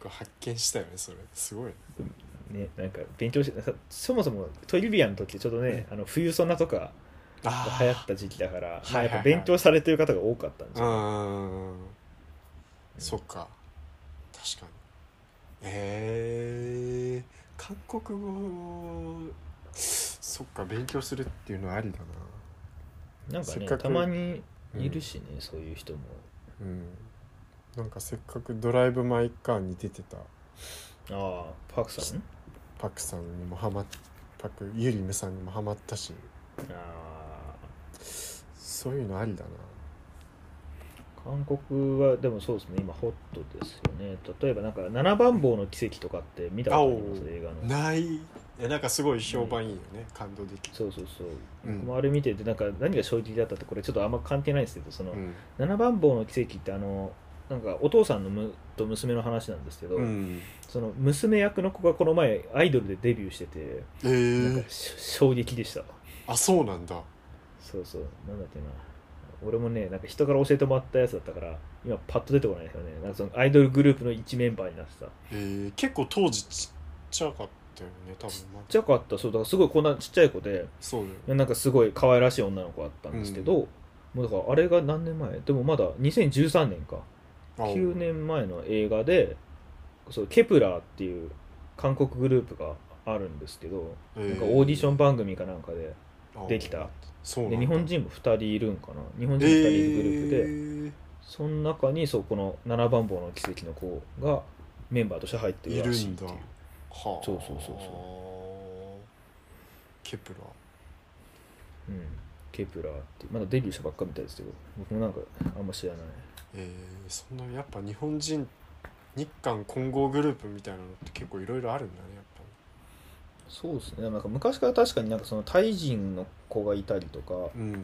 B: く発見したよねそれすごいね
A: ねなんか勉強してさそもそもトリビアの時ちょっとね、あの冬ソナとか
B: あ
A: が
B: ー
A: 流行った時期だから
B: ー
A: まあやっ
B: はいはいは
A: ぱ
B: い
A: 勉強されてる方が多かったんじゃない
B: うんそっか確かにえー、韓国語そっか勉強するっていうのはありだな
A: なんか
B: せっ
A: ね
B: かく
A: たまにいるしね、そういう人も
B: うんなんかせっかく「ドライブ・マイ・カー」に出てた
A: ああパクさん
B: パクさんにもハマっパクユリムさんにもハマったし
A: ああ
B: そういうのありだな
A: 韓国はでもそうですね今ホットですよね例えばなんか七番坊の奇跡とかって見たことあります
B: あお
A: 映画の
B: ないえなんかすごい評判いいよね、感動できる
A: そうそうそう、
B: うん
A: 僕もあれ見ててなんか何が衝撃だったってこれちょっとあんま関係ないんですけどその、
B: うん
A: 七番坊の奇跡ってあのなんかお父さんのむと娘の話なんですけど、
B: うん
A: その娘役の子がこの前アイドルでデビューしてて、
B: え
A: なん
B: ー
A: か、し衝撃でした
B: あそうなんだ
A: そうそうなんだっけな俺もねなんか人から教えてもらったやつだったから今パッと出てこないですよねなんかそのアイドルグループの一メンバーになってた
B: えー、結構当時ちっちゃかったよね多分ま
A: ちっちゃかったそうだからすごいこんなちっちゃい子で
B: そうだよね
A: なんかすごい可愛らしい女の子だったんですけど、もうだからあれが何年前でもまだ2013年か
B: あ
A: 9年前の映画でそうケプラーっていう韓国グループがあるんですけど、
B: えー
A: なんかオーディション番組かなんかで
B: あ
A: できた
B: そうなんだ
A: で日本人も2人いるんかな日本人2人いるグループで、
B: えー
A: その中にそうこの「七番坊の奇跡」の子がメンバーとして入って
B: い
A: る
B: る
A: らしいっ
B: ん
A: て
B: だ
A: いう
B: はあそう
A: そうそうそう
B: ケプラー
A: うん、ケプラーってまだデビューしたばっかみたいですけど僕もなんかあんま知らない
B: えー、そんなやっぱ日本人日韓混合グループみたいなのって結構いろいろあるんだねやっぱ
A: そうですねでもなんか昔から確かになんかそのタイ人の子がいたりとか
B: うん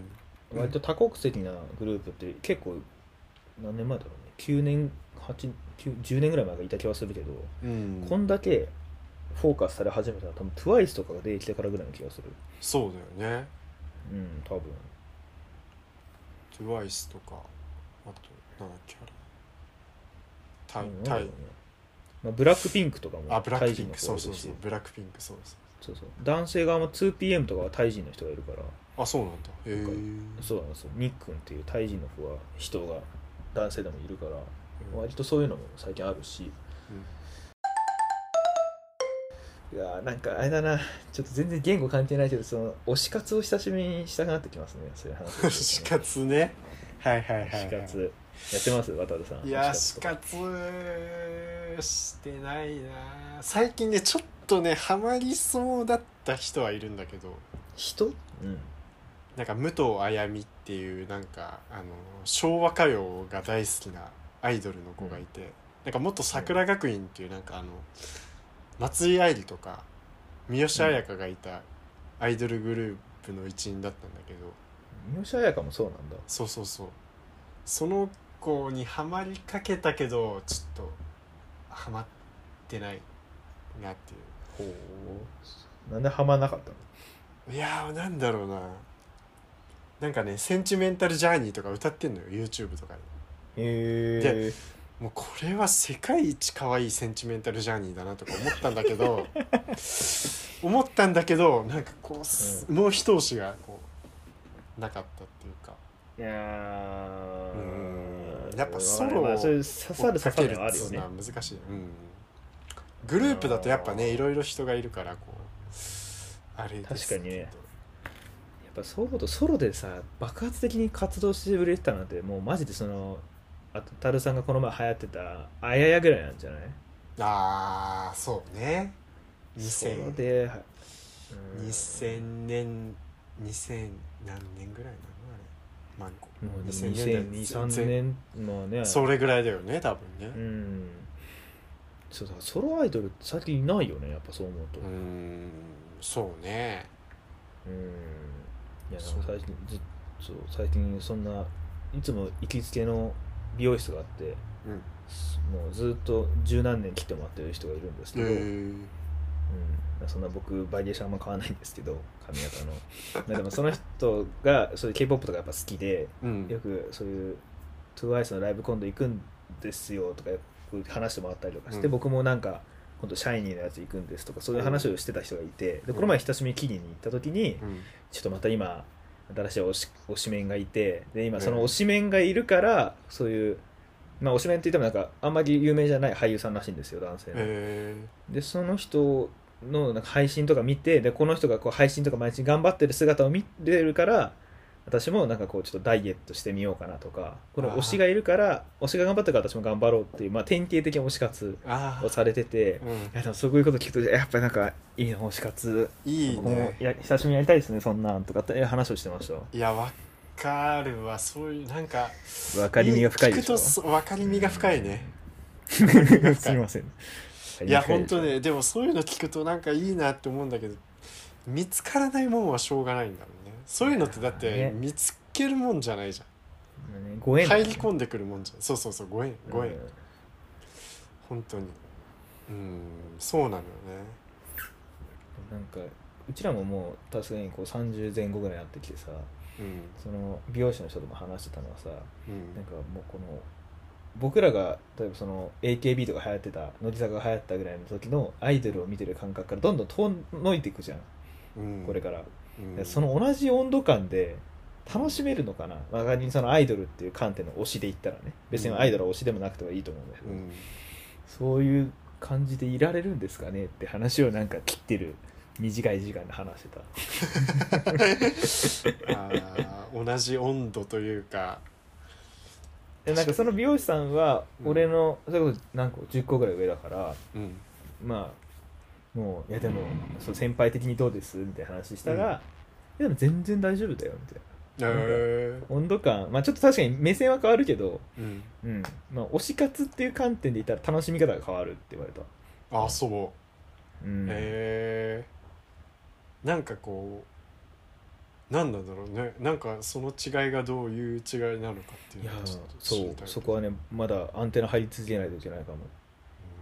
B: うん
A: 割と多国籍なグループって結構何年前だろうね9年8 9 10年ぐらい前がいた気はするけど、
B: うん
A: こんだけフォーカスされ始めたのは多分 TWICE とかができてからぐらいの気がする
B: そうだよね
A: うん多分
B: TWICE とかあとなんだっけあれタ
A: う
B: イ
A: ん
B: タ
A: なんだろう
B: イ
A: ねまあ、ブラックピンクとかも
B: あブラッ
A: タ
B: ク
A: イ
B: ピ
A: 人
B: ン
A: の
B: ク
A: 子
B: そ
A: が
B: う
A: い
B: そう
A: る
B: そ
A: し
B: うブラックピンクそうそ
A: そ
B: う
A: うそう男性側も 2PM とかはタイ人の人がいるから
B: あそうなんだへえ
A: そうなんですよニックンっていうタイ人の子は人が男性でもいるから
B: うん
A: 割とそういうのも最近あるし
B: う
A: い
B: ん
A: やーなんかあれだなちょっと全然言語関係ないけどその推し活を久しぶりにしたくなってきますねそういう話をするとね、
B: 死活ねはいはいはい、は
A: 推
B: い、
A: し活やってます渡辺さん
B: いや
A: 推
B: 死
A: とか
B: 活してないな最近ねちょっとねハマりそうだった人はいるんだけど
A: 人うん
B: なんか武藤あやみっていうなんかあの昭和歌謡が大好きなアイドルの子がいて、なんか元桜学院っていうなんかあの松井愛理とか三好彩香がいたアイドルグループの一員だったんだけど、
A: 三好彩香もそうなんだ
B: そうそうそうその子にはまりかけたけどちょっとはまってないなってい
A: ほうなんでハマんなかったの
B: ういやーなんだろうななんかね「センチメンタル・ジャーニー」とか歌ってんのよ YouTube とかで
A: へえ
B: もうこれは世界一可愛いセンチメンタル・ジャーニーだなとか思ったんだけ ど思ったんだけどなんかこうす、もう一押しがこうなかったっていうか
A: いやー
B: うんやっぱソロを
A: まあそういう刺さる刺さるのあるよね
B: 追っかけるっつうのは難しい、うん、グループだとやっぱ
A: あ
B: ね
A: ー
B: いろいろ人がいるからこうあれですけど
A: 確かにねやっぱソロとソロでさ爆発的に活動してくれてたなんてもうマジでそのあとタルさんがこの前流行ってたあややぐらいなんじゃない
B: ああそうね
A: ソロ
B: 2000
A: で、うん
B: 2000年2000何年ぐらいなのあれマンコ
A: もう
B: 2000
A: 2002、3
B: 全然
A: 年まあね
B: それぐらいだよね多分
A: う
B: ね
A: んそうだからソロアイドルって最近いないよねやっぱそう思うと
B: うーんそうね
A: うんいやなん
B: そう
A: か最近ずっそう最近そんないつも行きつけの美容室があって
B: うん
A: もうずっと十何年来てもらってる人がいるんですけど、
B: え
A: うん、そんな僕バリエーションあんま買わないんですけど髪型の まあでもその人がそういう k p o p とかやっぱ好きで
B: うん
A: よくそういう TWICE のライブ今度行くんですよとかよく話してもらったりとかして、
B: うん
A: 僕もなんか今度シャイニーのやつ行くんですとかそういう話をしてた人がいてでこの前親しみ切りに行った時に、
B: うん
A: ちょっとまた今新しい推し推しメンがいてで今その推しメンがいるからそういう、まあ、推しメンって言ってもなんかあんまり有名じゃない俳優さんらしいんですよ男性の。
B: え
A: でその人のなんか配信とか見てでこの人がこう配信とか毎日頑張ってる姿を見れるから私もなんかこうちょっとダイエットしてみようかなとかこの推しがいるから推しが頑張ってるから私も頑張ろうっていう、まあ、典型的な推し活
B: ー、あ
A: を
B: あ
A: されてて
B: うん
A: いやでもそういうこと聞くとやっぱりなんかいいな推し活
B: いい
A: 僕も
B: ね
A: や久しぶりにやりたいですねそんなんとかって話をしてまし
B: いやわかるわそういうなんか
A: た分かりみが深いで
B: 聞く
A: しょ
B: とそ分かりみが深いね、
A: うん すみません
B: いや本当ねでもそういうの聞くとなんかいいなって思うんだけど見つからないもんはしょうがないんだろうねそういうのってだっ
A: ね
B: て見つけるもんじゃないじゃ
A: ねご
B: ん
A: 縁だ
B: 入
A: ね
B: り込んでくるもんじゃんそうそうそうご縁ご縁、
A: うん
B: 本当にうんそうなのよね
A: なんかうちらももう確かにこう30前後ぐらいになってきてさ
B: うん
A: その美容師の人とも話してたのはさ
B: う
A: なん
B: ん
A: かもうこの僕らが例えばその AKB とか流行ってた乃木坂が流行ったぐらいの時のアイドルを見てる感覚からどんどん遠のいていくじゃん
B: うん
A: これから、
B: うん
A: でその同じ温度感で楽しめるのかな仮にそのアイドルっていう観点の推しで言ったらね別にアイドルは推しでもなくてもいいと思うんだけ
B: う
A: ど、
B: ん
A: そういう感じでいられるんですかねって話をなんか切ってる短い時間で話してた
B: あー同じ温度というか
A: でなんかその美容師さんは
B: うん
A: 俺の、それこそ何個10個ぐらい上だから
B: うん
A: まあもういやでもそう先輩的にどうですみたいな話したら、いやでも全然大丈夫だよみたい
B: へえ
A: な温度感まあちょっと確かに目線は変わるけど、
B: うん
A: うんまあ、推し活っていう観点で言ったら楽しみ方が変わるって言われた、
B: あそう
A: うん
B: へえなんかこうなんなんだろうねなんかその違いがどういう違いなのかってい
A: いうや
B: のをちょっと
A: そ
B: 知
A: う
B: りたい
A: そこはねまだアンテナ張り続けないといけないかも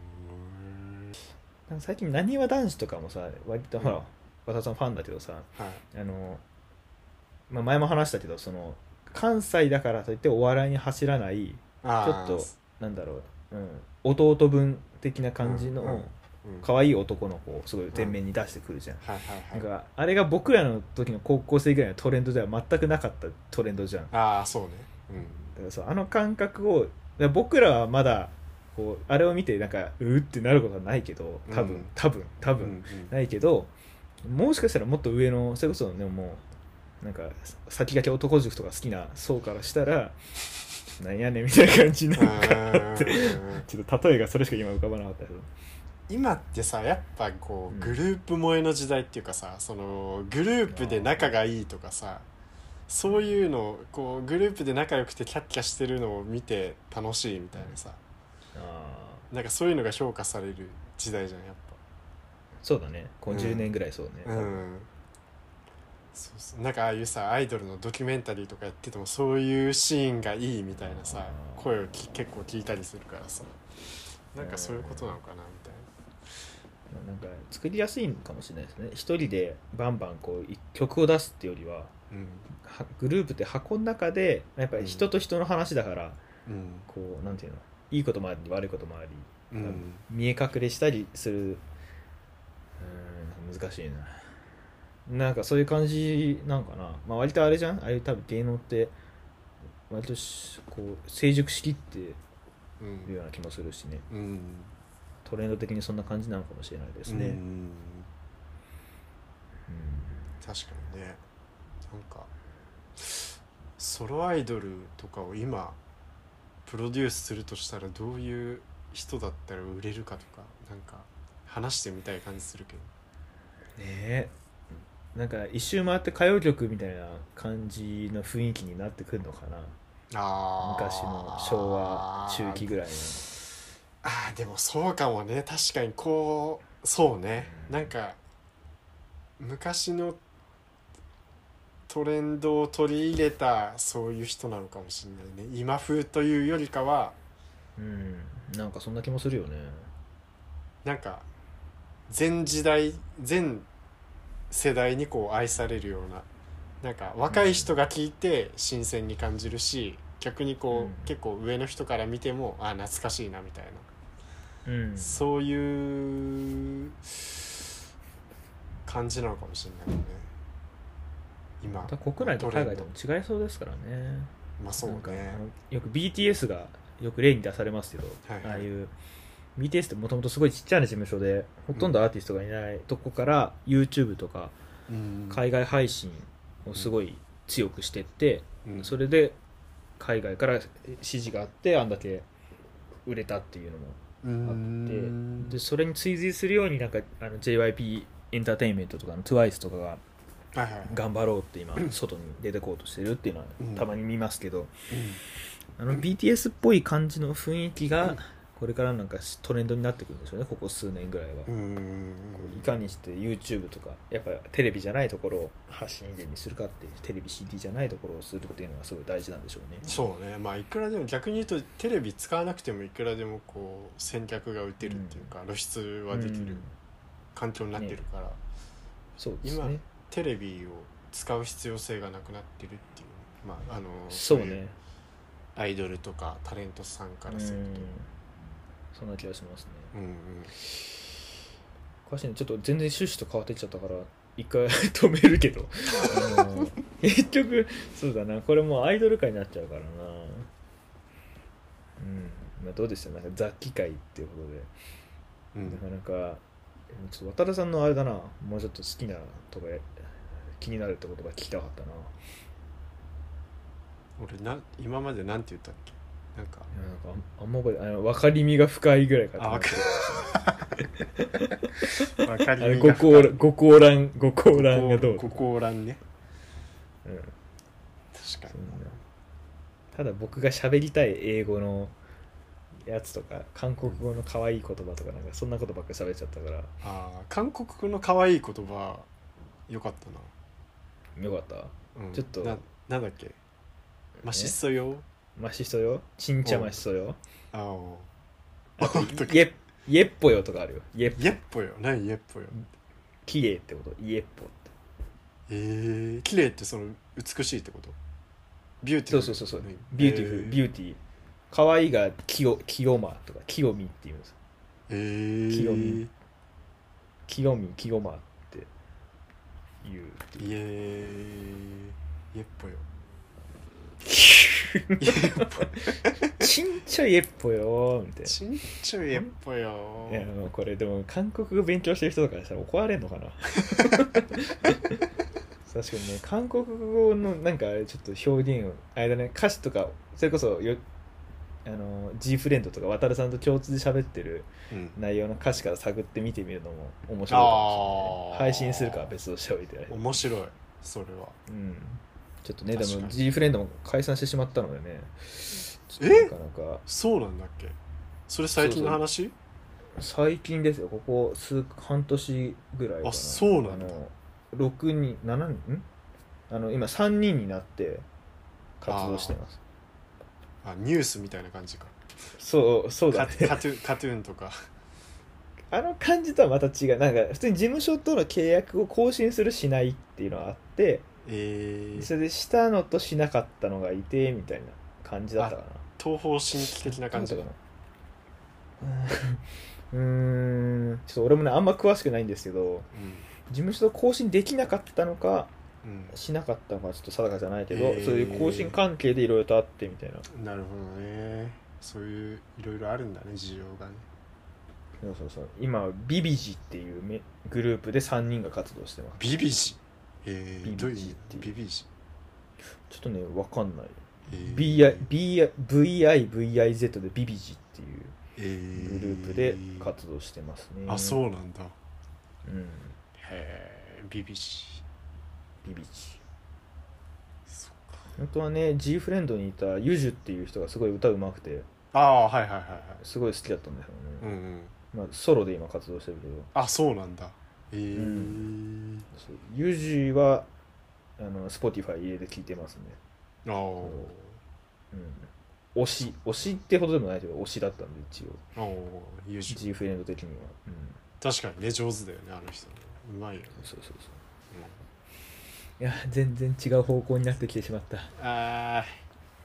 B: う
A: なんか最近なにわ男子とかもさ割とほら和田さんファンだけどさ、
B: ーんはい
A: あの、まあ、前も話したけどその関西だからといってお笑いに走らない
B: あー
A: ちょっとなんだろう、うん、弟分的な感じ
B: うんうん
A: の
B: うん
A: 可愛い男の子をすごい前面に出してくるじゃん。
B: はいはい
A: なん
B: はい
A: かあれが僕らの時の高校生ぐらいのトレンドでは全くなかったトレンドじゃん。だか
B: ああそうね
A: らそうあの感覚をだから僕らはまだこうあれを見てなんかうーってなることはないけど多
B: うん
A: 分多分多
B: うんう
A: 分、
B: ん
A: ないけどもしかしたらもっと上のそれこそでももうなんか先駆け男塾とか好きな層からしたらなんやねんみたいな感 じにな
B: う
A: るか
B: ん
A: ってちょっと例えがそれしか今浮かばなかったけど
B: 今ってさやっぱこ
A: うん
B: うグループ萌えの時代っていうかさそのグループで仲がいいとかさそういうのをこうグループで仲良くてキャッキャしてるのを見て楽しいみたいなさ
A: あ
B: なんかそういうのが評価される時代じゃんやっ
A: そうだねこう
B: うん
A: 10年ぐらいそうね、
B: ぱうんそうそうなんかああいうさアイドルのドキュメンタリーとかやっててもそういうシーンがいいみたいなさ
A: あー
B: 声をき結構聞いたりするからさなんかそういうことなのかなみたいな。
A: なんか作りやすいかもしれないですね一人でバンバンこう一曲を出すってよりは
B: う
A: はグループって箱の中でやっぱり人と人の話だから、
B: んうん
A: こうなんていうのいいこともあり悪いこともあり
B: うん
A: 見え隠れしたりするうーん難しいななんかそういう感じなんかな、まあ、割とあれじゃんああいう多分芸能って割としこう成熟しきってる
B: う
A: よ
B: ん
A: うな気もするしね
B: うん
A: トレンド的にそんな感じなのかもしれないです
B: う
A: ね、
B: ん
A: うん
B: 確かにねなんかソロアイドルとかを今プロデュースするとしたらどういう人だったら売れるかとかなんか話してみたい感じするけ
A: ね
B: ど
A: えなんか一周回って歌謡曲みたいな感じの雰囲気になってくるのかな
B: あー
A: 昔の昭和中期ぐらいの
B: あーでもそうかもね確かにこうそうねなんか昔のトレンドを取り入れたそういう人なのかもしれないね今風というよりかは
A: うんなんかそんな気もするよね
B: なんか全時代全世代にこう愛されるようななんか若い人が聞いて新鮮に感じるし逆にこう、
A: うん
B: 結構上の人から見てもあ懐かしいなみたいな
A: うん
B: そういう感じなのかもしれないね今
A: また国内と海外とも違いそうですからね
B: まあそう
A: なんか
B: ね
A: あのよく BTS がよく例に出されますけど、
B: はいはい
A: ああいう BTS ってもともとすごいちっちゃな事務所でほとんどアーティストがいないとこから YouTube とか
B: うん
A: 海外配信をすごい強くしてって、
B: うん
A: それで海外から支持があってあんだけ売れたっていうのも
B: うん
A: でそれに追随するようになんかあの JYP エンターテインメントとかの TWICE とかが
B: はいはいはい
A: 頑張ろうって今外に出てこうとしてるっていうのは
B: うん
A: たまに見ますけど、あの BTS っぽい感じの雰囲気がこれからなんかトレンドになってくるんでしょうねここ数年ぐらいは、
B: うんうん
A: いかにして YouTube とかやっぱテレビじゃないところを発信源にするかってテレビ CD じゃないところをするっていうのがすごい大事なんでしょうね
B: そうねまあいくらでも逆に言うとテレビ使わなくてもいくらでもこう戦略が打てるっていうか露出はでき
A: う
B: る
A: ん
B: 環境になってるから
A: そうです
B: 今
A: ね
B: テレビを使う必要性がなくなってるっていうまああの
A: そう
B: い
A: ね
B: アイドルとかタレントさんからする
A: うんそんな気がしますね
B: とうんうん
A: おかしいねちょっと全然趣旨と変わってっちゃったから一回止めるけどあの 結局そうだなこれもうアイドル界になっちゃうからなうんまあどうですよなんか雑記界っていうこと
B: う
A: で、
B: ん
A: なかなかちょっと渡田さんのあれだなもうちょっと好きなとか気になるってことが聞きたかったな
B: 俺な今までなんて言ったっけなんか
A: いやなんかあんあんま覚えてあの分かりみが深いぐらいか
B: あわか わか
A: あれ
B: り
A: ご高らご高覧ご高覧がどう
B: ご高覧ね
A: うん
B: 確か
A: そんなただ僕が喋りたい英語のやつとか韓国語の可愛い言葉とかなんかそんなことばっか喋っちゃったから
B: にあー韓国語の可愛い言葉よかった
A: よかった
B: な、うん
A: ちょっと
B: ななんだっけマシッソよ
A: マシソよちんちゃましそよ
B: あお
A: あと
B: あと
A: イエイエッポよとかあるよイエッポ
B: イエッポよ何イエッポよ
A: きれいってことイエッポって
B: えー、綺麗ってその美しいってことビューティフ
A: そう
B: ル
A: そうそうそう
B: ね
A: ビューティフル、
B: えー
A: ビューティー可愛いが清清まとか清みっていうんです
B: え
A: 清
B: ー
A: 見、清み清まって言うっていう
B: イエーイエッポよ
A: ち
B: イエッポ
A: ん ちゃいイエッポよみたいな
B: ちんちょいエッポよ
A: いやもうこれでも韓国語勉強してる人とかにしたら怒られん のかな確かにね韓国語のなんかあれちょっと表現をあれだね歌詞とかそれこそよあの G フレンドとか渡さんと共通で喋ってる
B: うん
A: 内容の歌詞から探って見てみるのも面白いかもしれないね
B: あー
A: 配信するかは別としておいてね
B: 面白いそれは
A: うんちょっとねで
B: 確か
A: も
B: に
A: G フレンドも解散してしまったのでねちょっ
B: え
A: となかなか
B: そうなんだっけそれ最近の話
A: 最近ですよここ数半年ぐらいかな
B: あそうなんだ
A: あの6人7人んあの今3人になって活動してます
B: あニュースみたいな感じか
A: そうそうだ
B: カ
A: ね
B: カトゥーンカトゥーンとか
A: あの感じとはまた違うなんか普通に事務所との契約を更新するしないっていうのがあって
B: えー、
A: それでしたのとしなかったのがいてみたいな感じだったかな
B: 東方神起的な感じ
A: だ
B: か
A: ったかな うーんうーんちょっと俺もねあんま詳しくないんですけど事務所と更新できなかったのか
B: うん、
A: しなかったのかちょっと定かじゃないけど、
B: へー
A: そういう更新関係でいろいろとあってみたいな
B: うん、なるほどねそういういろいろあるんだね事情がね
A: そうそうそう今はビビジっていうめグループで3人が活動してます
B: ビビジえ
A: ビビジ
B: ー、どういう意味
A: っていう
B: ビビジ、
A: ちょっとねわかんない、
B: えー
A: BI BI VIVIZ でビビジっていう
B: えー
A: グループで活動してますね、
B: あ
A: う、
B: そうなんだ
A: うん、
B: へえビビジ
A: ビビジ
B: そっか
A: 本当はね G フレンドにいたユジュっていう人がすごい歌うまくて
B: ああはいはいはいは
A: すごい好きだったんだよ
B: いうん
A: ね、
B: うん
A: まあ、ソロで今活動してるけど
B: あそうなんだえー
A: うそうユジュはあの Spotify 家で聴いてますね
B: あー
A: うん推し推しってほどでもないけど推しだったんで一応
B: あー優秀
A: G フレンド的には、うん、
B: 確かにね上手だよねあの人ねうまいよね、
A: そうそうそういや全然違う方向になってきてしまった
B: うん、あー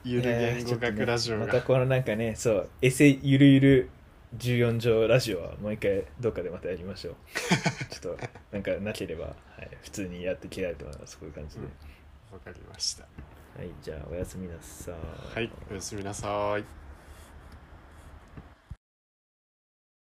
B: ゆる言語学ラジオ
A: い
B: が、
A: やーちょっとねまたこのなんかねそうエセゆるゆる14条ラジオはもう一回どっかでまたやりましょ うちょっとなんかなければ、はい、普通にやっていきたいと思いますこういう感じで、
B: うんわかりました
A: はいじゃあおやすみなさ
B: はいおやすみなさい